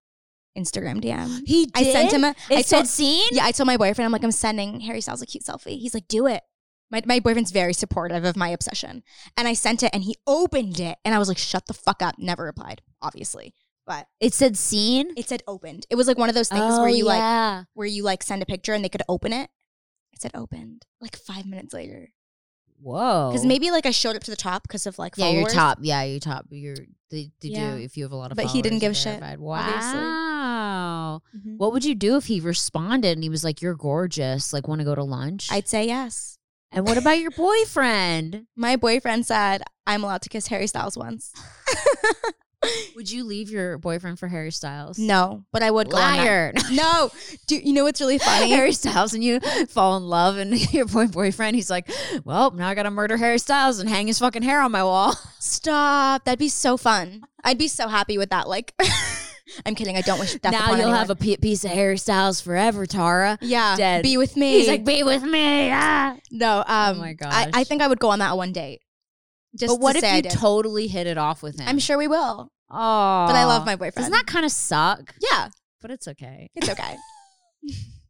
Speaker 2: Instagram DM.
Speaker 1: He
Speaker 2: I sent him. A,
Speaker 1: It
Speaker 2: I
Speaker 1: said
Speaker 2: told,
Speaker 1: scene.
Speaker 2: yeah, I told my boyfriend, I'm like, I'm sending Harry Styles a cute selfie. He's like, do it. My, my boyfriend's very supportive of my obsession, and I sent it, and he opened it, and I was like, shut the fuck up. Never replied, obviously, but
Speaker 1: It said scene. Oh,
Speaker 2: it said opened. It was like one of those things where you like
Speaker 1: yeah.
Speaker 2: where you like send a picture and they could open it. It said opened like five minutes later.
Speaker 1: whoa.
Speaker 2: Because maybe like I showed up to the top because of like
Speaker 1: Oh. yeah,
Speaker 2: followers.
Speaker 1: you're top. Yeah, you're top. You're they, they
Speaker 2: Yeah.
Speaker 1: do if you have a lot of.
Speaker 2: But he didn't
Speaker 1: followers,
Speaker 2: give a
Speaker 1: you're
Speaker 2: shit,
Speaker 1: verified.
Speaker 2: obviously.
Speaker 1: Wow.
Speaker 2: Mhm.
Speaker 1: What would you do if he responded and he was like, "You're gorgeous. Like, want to go to lunch?"
Speaker 2: I'd say yes.
Speaker 1: and what about your boyfriend?
Speaker 2: My boyfriend said I'm allowed to kiss Harry Styles once.
Speaker 1: Would you leave your boyfriend for Harry Styles?
Speaker 2: No, but I would go on that-
Speaker 1: liar.
Speaker 2: No, do you know what's really funny?
Speaker 1: Harry Styles and you fall in love, and your boy boyfriend, he's like, "Well, now I gotta murder Harry Styles and hang his fucking hair on my wall."
Speaker 2: Stop. That'd be so fun. I'd be so happy with that. Like, I'm kidding. I don't wish that
Speaker 1: now
Speaker 2: upon
Speaker 1: you'll
Speaker 2: anyone.
Speaker 1: have a pi- piece of Harry Styles forever, Tara.
Speaker 2: yeah.
Speaker 1: dead.
Speaker 2: Be with me.
Speaker 1: He's like, "Be with me." Ah.
Speaker 2: no. Um,
Speaker 1: my
Speaker 2: I, I
Speaker 1: gosh.
Speaker 2: think I would go on that one date. Just
Speaker 1: But what
Speaker 2: to
Speaker 1: if
Speaker 2: say I
Speaker 1: you
Speaker 2: did.
Speaker 1: totally hit it off with him?
Speaker 2: I'm sure we will.
Speaker 1: Oh, but
Speaker 2: But I love my boyfriend.
Speaker 1: Doesn't that kind of suck?
Speaker 2: Yeah,
Speaker 1: But it's okay.
Speaker 2: it's okay.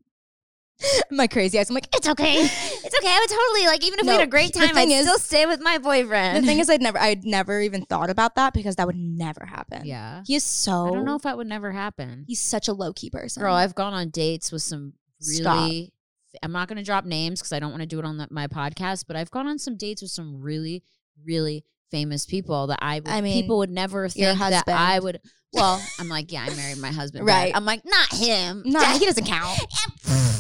Speaker 2: my crazy eyes. I'm like,
Speaker 3: It's okay.
Speaker 1: It's okay. I would totally like, even if we
Speaker 2: No,
Speaker 1: had a great
Speaker 2: the
Speaker 1: time, I'd
Speaker 2: thing is-
Speaker 1: still stay with my boyfriend.
Speaker 2: The thing is, I'd never, I'd never even thought about that because that would never happen.
Speaker 1: yeah,
Speaker 2: he is so.
Speaker 1: I don't know if that would never happen.
Speaker 2: he's such a low key person.
Speaker 1: Girl, I've gone on dates with some
Speaker 2: Stop.
Speaker 1: really. I'm not going to drop names because I don't want to do it on the, my podcast. But I've gone on some dates with some really, really famous people that I, would-
Speaker 2: I mean,
Speaker 1: people would never think that
Speaker 2: husband.
Speaker 1: I would. Well, I'm like, yeah, I married my husband, Dad.
Speaker 2: Right.
Speaker 1: I'm like, not him.
Speaker 2: no, he doesn't count.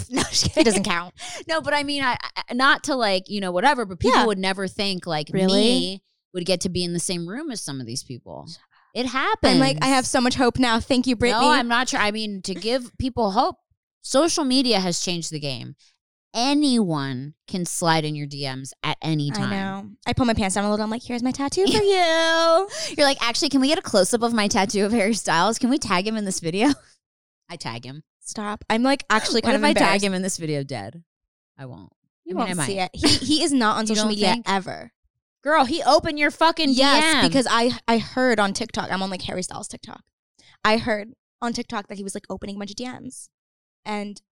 Speaker 1: no, just
Speaker 2: He
Speaker 1: kidding.
Speaker 2: doesn't count.
Speaker 1: No, but I mean, I, I not to like you know whatever, but people
Speaker 2: Yeah.
Speaker 1: would never think like
Speaker 2: Really?
Speaker 1: me would get to be in the same room as some of these people. It happens.
Speaker 2: I'm like, I have so much hope now. Thank you, Brittany.
Speaker 1: No, I'm not sure. I mean, to give people hope, social media has changed the game. Anyone can slide in your DMs at any
Speaker 2: I
Speaker 1: time.
Speaker 2: know. I pull my pants down a little. I'm like, here's my tattoo for you.
Speaker 1: you. You're like, actually, can we get a close up of my tattoo of Harry Styles? Can we tag him in this video? I tag him.
Speaker 2: Stop. I'm like, actually, kind
Speaker 1: what if
Speaker 2: of
Speaker 1: I tag
Speaker 2: embarrassed.
Speaker 1: him in this video dead? I won't. I
Speaker 2: You
Speaker 1: mean, I
Speaker 2: won't
Speaker 1: might.
Speaker 2: see it. He, he is not on
Speaker 1: You
Speaker 2: social
Speaker 1: don't
Speaker 2: media
Speaker 1: think?
Speaker 2: ever.
Speaker 1: Girl, he opened your fucking
Speaker 2: Yes,
Speaker 1: DM.
Speaker 2: because I I heard on TikTok. I'm on like Harry Styles TikTok. I heard on TikTok that he was like opening a bunch of DMs, and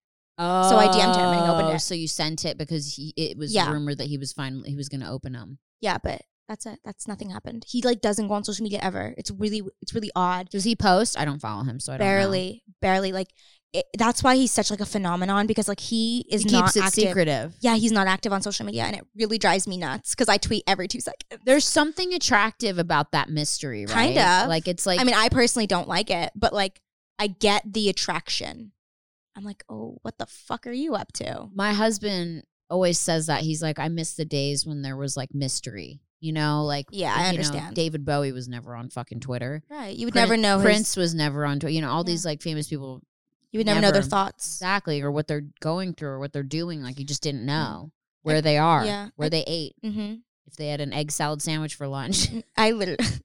Speaker 1: Oh,
Speaker 2: I DM'd him and he opened it.
Speaker 1: So you sent it because he, it was
Speaker 2: Yeah.
Speaker 1: rumored that he was finally he was going to open them.
Speaker 2: Yeah, but that's it. That's nothing happened. He like doesn't go on social media ever. It's really it's really odd.
Speaker 1: Does he post? I don't follow him, so I don't know.
Speaker 2: Barely, barely like it, that's why he's such like a phenomenon because like he is
Speaker 1: He
Speaker 2: not
Speaker 1: keeps it
Speaker 2: active.
Speaker 1: secretive.
Speaker 2: Yeah, he's not active on social media and it really drives me nuts cuz I tweet every 2 seconds.
Speaker 1: There's something attractive about that mystery, right?
Speaker 2: Kind of.
Speaker 1: Like it's like
Speaker 2: I mean, I personally don't like it, but like I get the attraction. I'm like, "Oh, what the fuck are you up to?"
Speaker 1: my husband always says that he's like I miss the days when there was like mystery. You know, like
Speaker 2: Yeah, I
Speaker 1: you know,
Speaker 2: understand.
Speaker 1: David Bowie was never on fucking Twitter.
Speaker 2: Right. You would
Speaker 1: Prin-
Speaker 2: never know
Speaker 1: Prince
Speaker 2: his
Speaker 1: was never on Twitter. You know, all
Speaker 2: Yeah.
Speaker 1: these like famous people
Speaker 2: you would never, know their
Speaker 1: never.
Speaker 2: thoughts.
Speaker 1: exactly or what they're going through or what they're doing. Like you just didn't know where they are,
Speaker 2: Mm. yeah,
Speaker 1: where
Speaker 2: I-
Speaker 1: they ate.
Speaker 2: Mhm.
Speaker 1: if they had an egg salad sandwich for lunch.
Speaker 2: I literally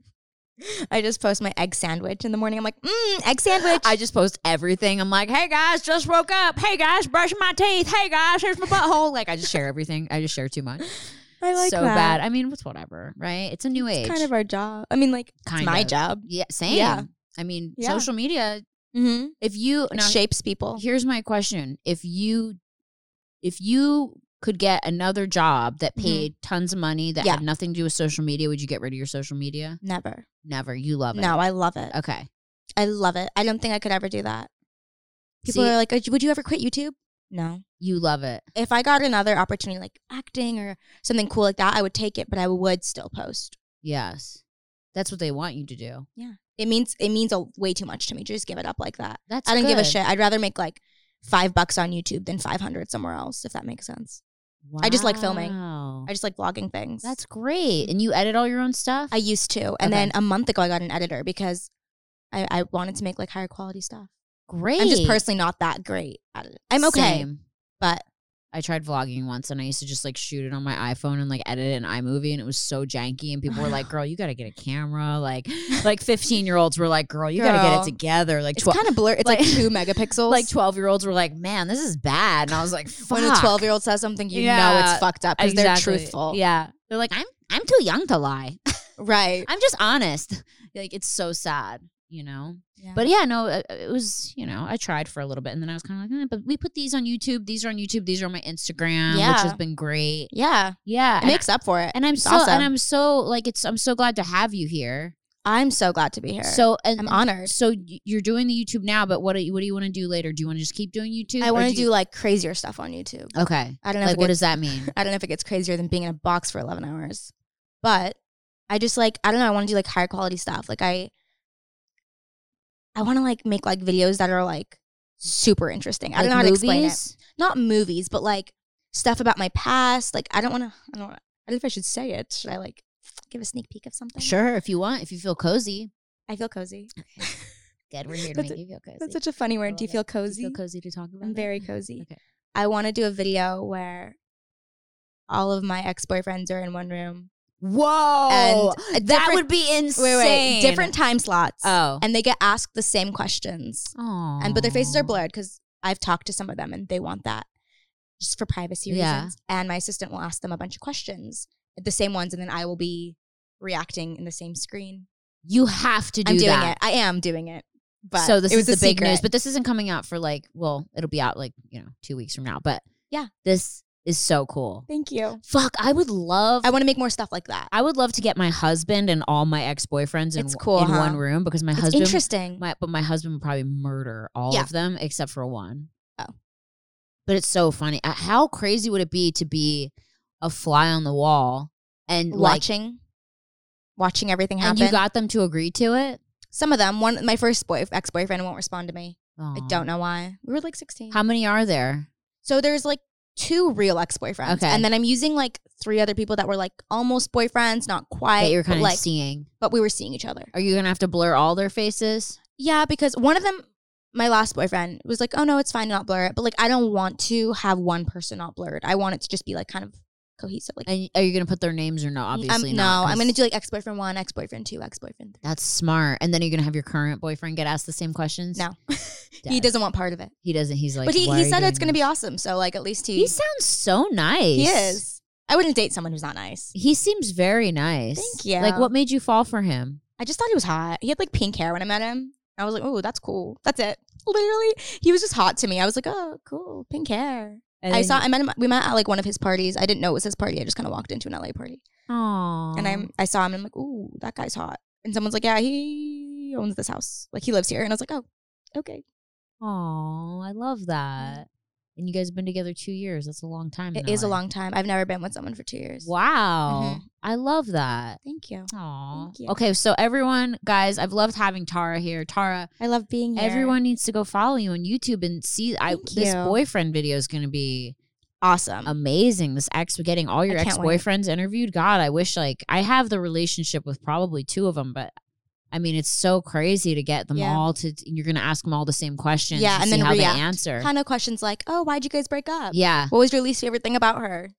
Speaker 2: I just post my egg sandwich in the morning. I'm like, mmm, egg sandwich.
Speaker 1: I just post everything. I'm like, hey guys, just woke up. Hey guys, brushing my teeth. Hey guys, here's my butthole. Like I just share everything. I just share too much.
Speaker 2: I like
Speaker 1: so
Speaker 2: that.
Speaker 1: bad. I mean, it's whatever, right? It's a new age.
Speaker 2: It's kind of our job. I mean, like,
Speaker 1: Kind
Speaker 2: it's my
Speaker 1: of.
Speaker 2: job.
Speaker 1: yeah, same.
Speaker 2: Yeah.
Speaker 1: I mean,
Speaker 2: Yeah.
Speaker 1: social media.
Speaker 2: Mm-hmm.
Speaker 1: If you
Speaker 2: It
Speaker 1: now,
Speaker 2: shapes people.
Speaker 1: here's my question: If you, if you could get another job that
Speaker 2: Mhm.
Speaker 1: paid tons of money that
Speaker 2: Yeah.
Speaker 1: had nothing to do with social media, would you get rid of your social media?
Speaker 2: Never.
Speaker 1: Never. You love it.
Speaker 2: No, I love it.
Speaker 1: Okay.
Speaker 2: I love it. I don't think I could ever do that. People
Speaker 1: See-
Speaker 2: are like, "Oh, would you ever quit YouTube? No.
Speaker 1: You love it.
Speaker 2: If I got another opportunity like acting or something cool like that, I would take it, but I would still post.
Speaker 1: Yes. That's what they want you to do.
Speaker 2: It means it means a, way too much to me to just give it up like that.
Speaker 1: That's
Speaker 2: I don't give a
Speaker 1: good.
Speaker 2: shit. I'd rather make like five bucks on YouTube than 500 somewhere else, if that makes sense. I just like filming.
Speaker 1: Wow.
Speaker 2: I just like vlogging things.
Speaker 1: That's great. And you edit all your own stuff?
Speaker 2: I used to. And then a month ago, I got an editor because I, I wanted to make like higher quality stuff.
Speaker 1: great.
Speaker 2: I'm just personally not that great at it. I'm okay,
Speaker 1: Same.
Speaker 2: but
Speaker 1: I tried vlogging once and I used to just like shoot it on my iPhone and like edit it in iMovie and it was so janky and people were like, "Girl, you got to get a camera." Like like 15-year-olds were like, "Girl, you got to get
Speaker 2: Girl.
Speaker 1: it together." Like
Speaker 2: it's
Speaker 1: 12
Speaker 2: kind of blur. It's like,
Speaker 1: like-
Speaker 2: two megapixels.
Speaker 1: like 12-year-olds were like, "Man, this is bad." And I was like, Fuck.
Speaker 2: when a 12 year old says something, you know
Speaker 1: Yeah,
Speaker 2: it's fucked up because
Speaker 1: Exactly.
Speaker 2: they're truthful.
Speaker 1: Yeah. They're like, "I'm I'm too young to lie.
Speaker 2: Right.
Speaker 1: I'm just honest." Like it's so sad, you know?
Speaker 2: Yeah.
Speaker 1: But yeah, no, uh, it, it was, you know, I tried for a little bit and then I was kind of like, eh, but we put these on YouTube. These are on YouTube. These are on my Instagram, which has
Speaker 2: Yeah.
Speaker 1: been great.
Speaker 2: yeah,
Speaker 1: Yeah.
Speaker 2: it
Speaker 1: And,
Speaker 2: makes up for it.
Speaker 1: and I'm
Speaker 2: It's
Speaker 1: so,
Speaker 2: awesome.
Speaker 1: and I'm so like, it's, I'm so glad to have you here.
Speaker 2: I'm so glad to be here.
Speaker 1: So, and,
Speaker 2: I'm honored.
Speaker 1: so y- you're doing the YouTube now, but what do you, what do you want to do later? Do you want to just keep doing YouTube?
Speaker 2: I
Speaker 1: or
Speaker 2: want to
Speaker 1: you-
Speaker 2: do like crazier stuff on YouTube.
Speaker 1: okay.
Speaker 2: I don't know.
Speaker 1: Like,
Speaker 2: if it
Speaker 1: what does
Speaker 2: gets,
Speaker 1: that mean?
Speaker 2: I don't know if it gets crazier than being in a box for 11 hours, but I just like I don't know. I want to do like higher quality stuff. Like I, I want to like make like videos that are like super interesting. I don't know how to explain it. Not movies, but like stuff about my past. Like I don't want to. I don't. Wanna, I don't know if I should say it. Should I like give a sneak peek of something?
Speaker 1: Sure. If you want, if you feel cozy.
Speaker 2: I feel cozy.
Speaker 1: Good. We're here to
Speaker 2: That's
Speaker 1: make
Speaker 2: a-
Speaker 1: you feel cozy.
Speaker 2: That's such a funny word. Do you
Speaker 1: love
Speaker 2: feel
Speaker 1: You
Speaker 2: cozy?
Speaker 1: feel cozy to talk about?
Speaker 2: I'm
Speaker 1: it?
Speaker 2: very cozy.
Speaker 1: Okay.
Speaker 2: I want to do a video where all of my ex boyfriends are in one room.
Speaker 1: Whoa.
Speaker 2: a
Speaker 1: Oh, that
Speaker 2: different-
Speaker 1: would be insane.
Speaker 2: Wait, wait, different time slots.
Speaker 1: Oh.
Speaker 2: And they get asked the same questions. And but their faces are blurred because I've talked to some of them and they want that just for privacy
Speaker 1: Yeah.
Speaker 2: reasons. And my assistant will ask them a bunch of questions, the same ones, and then I will be reacting in the same screen.
Speaker 1: You have to do
Speaker 2: I'm doing
Speaker 1: that.
Speaker 2: it. I am doing it. But
Speaker 1: so this
Speaker 2: it
Speaker 1: is
Speaker 2: was
Speaker 1: the
Speaker 2: a
Speaker 1: big
Speaker 2: secret.
Speaker 1: news, but this isn't coming out for like, well, it'll be out like you know two weeks from now. But
Speaker 2: Yeah.
Speaker 1: this is so cool.
Speaker 2: thank you.
Speaker 1: Fuck, I would love.
Speaker 2: I want to make more stuff like that.
Speaker 1: I would love to get my husband and all my ex boyfriends in,
Speaker 2: It's cool,
Speaker 1: in
Speaker 2: huh?
Speaker 1: one room because my
Speaker 2: It's
Speaker 1: husband,
Speaker 2: interesting.
Speaker 1: my but my husband would probably murder all
Speaker 2: Yeah.
Speaker 1: of them except for one.
Speaker 2: Oh.
Speaker 1: but it's so funny. Uh, How crazy would it be to be a fly on the wall and like
Speaker 2: watching watching everything
Speaker 1: and
Speaker 2: happen.
Speaker 1: you got them to agree to it?
Speaker 2: Some of them, one my first boy ex boyfriend won't respond to me. I
Speaker 1: Aw.
Speaker 2: don't know why. We were like sixteen.
Speaker 1: How many are there?
Speaker 2: so there's like two real ex boyfriends,
Speaker 1: Okay.
Speaker 2: and then I'm using like three other people that were like almost boyfriends, not quite.
Speaker 1: that you're
Speaker 2: but,
Speaker 1: kind of
Speaker 2: like,
Speaker 1: seeing.
Speaker 2: but we were seeing each other.
Speaker 1: Are you gonna have to blur all their faces?
Speaker 2: Yeah, because one of them, my last boyfriend, was like, "Oh no, it's fine, to not blur it." But like, I don't want to have one person not blurred. I want it to just be like kind of cohesive. Like,
Speaker 1: And are you gonna put their names or no?
Speaker 2: I'm-
Speaker 1: Obviously
Speaker 2: um, no,
Speaker 1: not.
Speaker 2: I'm
Speaker 1: 'cause
Speaker 2: gonna do like ex boyfriend one, ex boyfriend two, ex boyfriend three.
Speaker 1: That's smart. And then you're gonna have your current boyfriend get asked the same questions.
Speaker 2: No, he doesn't want part of it.
Speaker 1: He doesn't. He's like.
Speaker 2: but he,
Speaker 1: "Why
Speaker 2: he
Speaker 1: are you
Speaker 2: said it's
Speaker 1: doing
Speaker 2: going to be
Speaker 1: this?"
Speaker 2: awesome. So, like, at least he,
Speaker 1: He sounds so nice.
Speaker 2: he is. I wouldn't date someone who's not nice.
Speaker 1: He seems very nice.
Speaker 2: Thank you.
Speaker 1: Like, what made you fall for him?
Speaker 2: I just thought he was hot. He had like pink hair when I met him. I was like, oh, that's cool. That's it. Literally, he was just hot to me. I was like, oh, cool, pink hair.
Speaker 1: And
Speaker 2: I saw, I met him, we met at like one of his parties. I didn't know it was his party. I just kind of walked into an LA party.
Speaker 1: Aww.
Speaker 2: And I'm, I saw him and I'm like, ooh, that guy's hot. And someone's like, yeah, he owns this house. Like, he lives here. And I was like, oh, okay.
Speaker 1: Aw, I love that. And you guys have been together two years. That's a long time.
Speaker 2: It
Speaker 1: in
Speaker 2: is a Mm-hmm.
Speaker 1: LA.
Speaker 2: long time. I've never been with someone for two years.
Speaker 1: Wow. I love that.
Speaker 2: Thank you.
Speaker 1: Aw.
Speaker 2: Thank you.
Speaker 1: Okay, so everyone, guys, I've loved having Tara here. Tara,
Speaker 2: I love being here.
Speaker 1: everyone needs to go follow you on YouTube and see. I,
Speaker 2: Thank
Speaker 1: this
Speaker 2: you.
Speaker 1: boyfriend video is going to be
Speaker 2: awesome.
Speaker 1: amazing. This ex, getting all your
Speaker 2: I
Speaker 1: ex
Speaker 2: can't wait.
Speaker 1: boyfriends interviewed. God, I wish like I have the relationship with probably two of them, but I mean, it's so crazy to get them
Speaker 2: Yeah.
Speaker 1: all to. You're gonna ask them all the same questions.
Speaker 2: Yeah,
Speaker 1: and
Speaker 2: and
Speaker 1: see
Speaker 2: then
Speaker 1: how
Speaker 2: react.
Speaker 1: they answer.
Speaker 2: Kind of questions like, "Oh, why'd you guys break up?
Speaker 1: yeah.
Speaker 2: What was your least favorite thing about her?"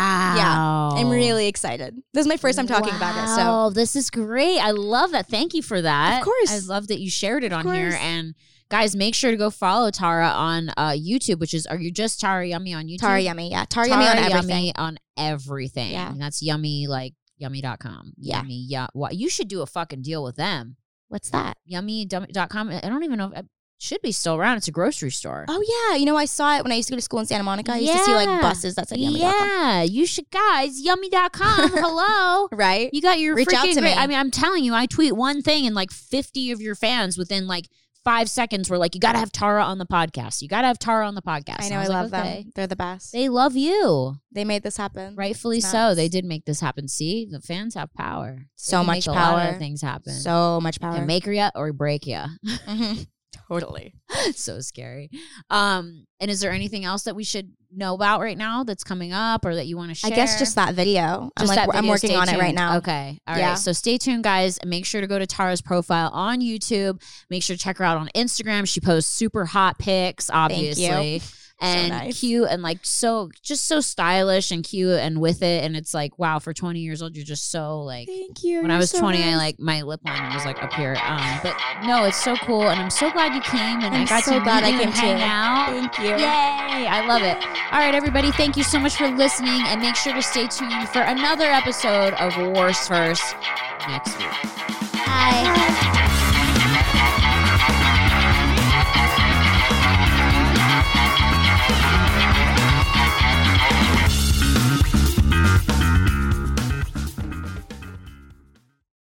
Speaker 1: Wow.
Speaker 2: I'm really excited. This is my first time talking about it, so
Speaker 1: Oh. Wow, this is great. I love that. Thank you for that.
Speaker 2: Of course.
Speaker 1: I love that you shared it
Speaker 2: Of
Speaker 1: on here.
Speaker 2: course.
Speaker 1: And guys, make sure to go follow Tara on uh, YouTube, which is are you just Tara Yummy on YouTube?
Speaker 2: Tara Yummy, yeah, Tara, Yummy on
Speaker 1: Tara
Speaker 2: everything.
Speaker 1: Yummy on everything.
Speaker 2: Yeah.
Speaker 1: And That's yummy like yummy.com.
Speaker 2: Yeah.
Speaker 1: Yummy. Yeah. What you should do a fucking deal with them.
Speaker 2: What's that?
Speaker 1: Yummy.com. I don't even know if it should be still around. It's a grocery store.
Speaker 2: Oh yeah, you know I saw it when I used to go to school in Santa Monica. I used to see
Speaker 1: Yeah.
Speaker 2: like buses that said Yummy. Yeah,
Speaker 1: yeah. You should guys, yummy.com. Hello.
Speaker 2: right.
Speaker 1: You got your
Speaker 2: Reach out
Speaker 1: freaking
Speaker 2: to
Speaker 1: great-
Speaker 2: me.
Speaker 1: I mean, I'm telling you, I tweet one thing and like 50 of your fans within like five seconds were like, you got to have Tara on the podcast. You got to have Tara on the podcast.
Speaker 2: I
Speaker 1: And
Speaker 2: know. I,
Speaker 1: was like,
Speaker 2: love
Speaker 1: okay.
Speaker 2: them. They're the best. They,
Speaker 1: They love you.
Speaker 2: made this happen.
Speaker 1: Rightfully
Speaker 2: It's
Speaker 1: so.
Speaker 2: nuts.
Speaker 1: They did make this happen. See, the fans have power.
Speaker 2: So
Speaker 1: They can
Speaker 2: much
Speaker 1: make A lot of
Speaker 2: power.
Speaker 1: things happen.
Speaker 2: So much
Speaker 1: They
Speaker 2: power.
Speaker 1: make you or break you.
Speaker 2: Mhm. Totally.
Speaker 1: so scary. Um, and is there anything else that we should know about right now that's coming up or that you want to share?
Speaker 2: I guess just that video. I'm
Speaker 1: Just
Speaker 2: like
Speaker 1: that
Speaker 2: I'm
Speaker 1: video,
Speaker 2: working
Speaker 1: stay
Speaker 2: on it right
Speaker 1: tuned.
Speaker 2: now.
Speaker 1: Okay. all right.
Speaker 2: Yeah.
Speaker 1: So stay tuned, guys. And make sure to go to Tara's profile on YouTube. Make sure to check her out on Instagram. She posts super hot pics, obviously. And
Speaker 2: nice.
Speaker 1: cute and like so just so stylish and cute and with it. And it's like, wow, for 20 years old, you're just so like
Speaker 2: Thank you.
Speaker 1: when I was 20, I like my lip line was like up here. Um, but no, it's so cool. And I'm so glad you came and i
Speaker 2: I'm
Speaker 1: got
Speaker 2: so
Speaker 1: to
Speaker 2: glad
Speaker 1: meet
Speaker 2: I
Speaker 1: you and hang
Speaker 2: came too.
Speaker 1: out.
Speaker 2: Thank you.
Speaker 1: Yay! I love it. All right, everybody, thank you so much for listening, and make sure to stay tuned for another episode of Wars First next week.
Speaker 2: Bye.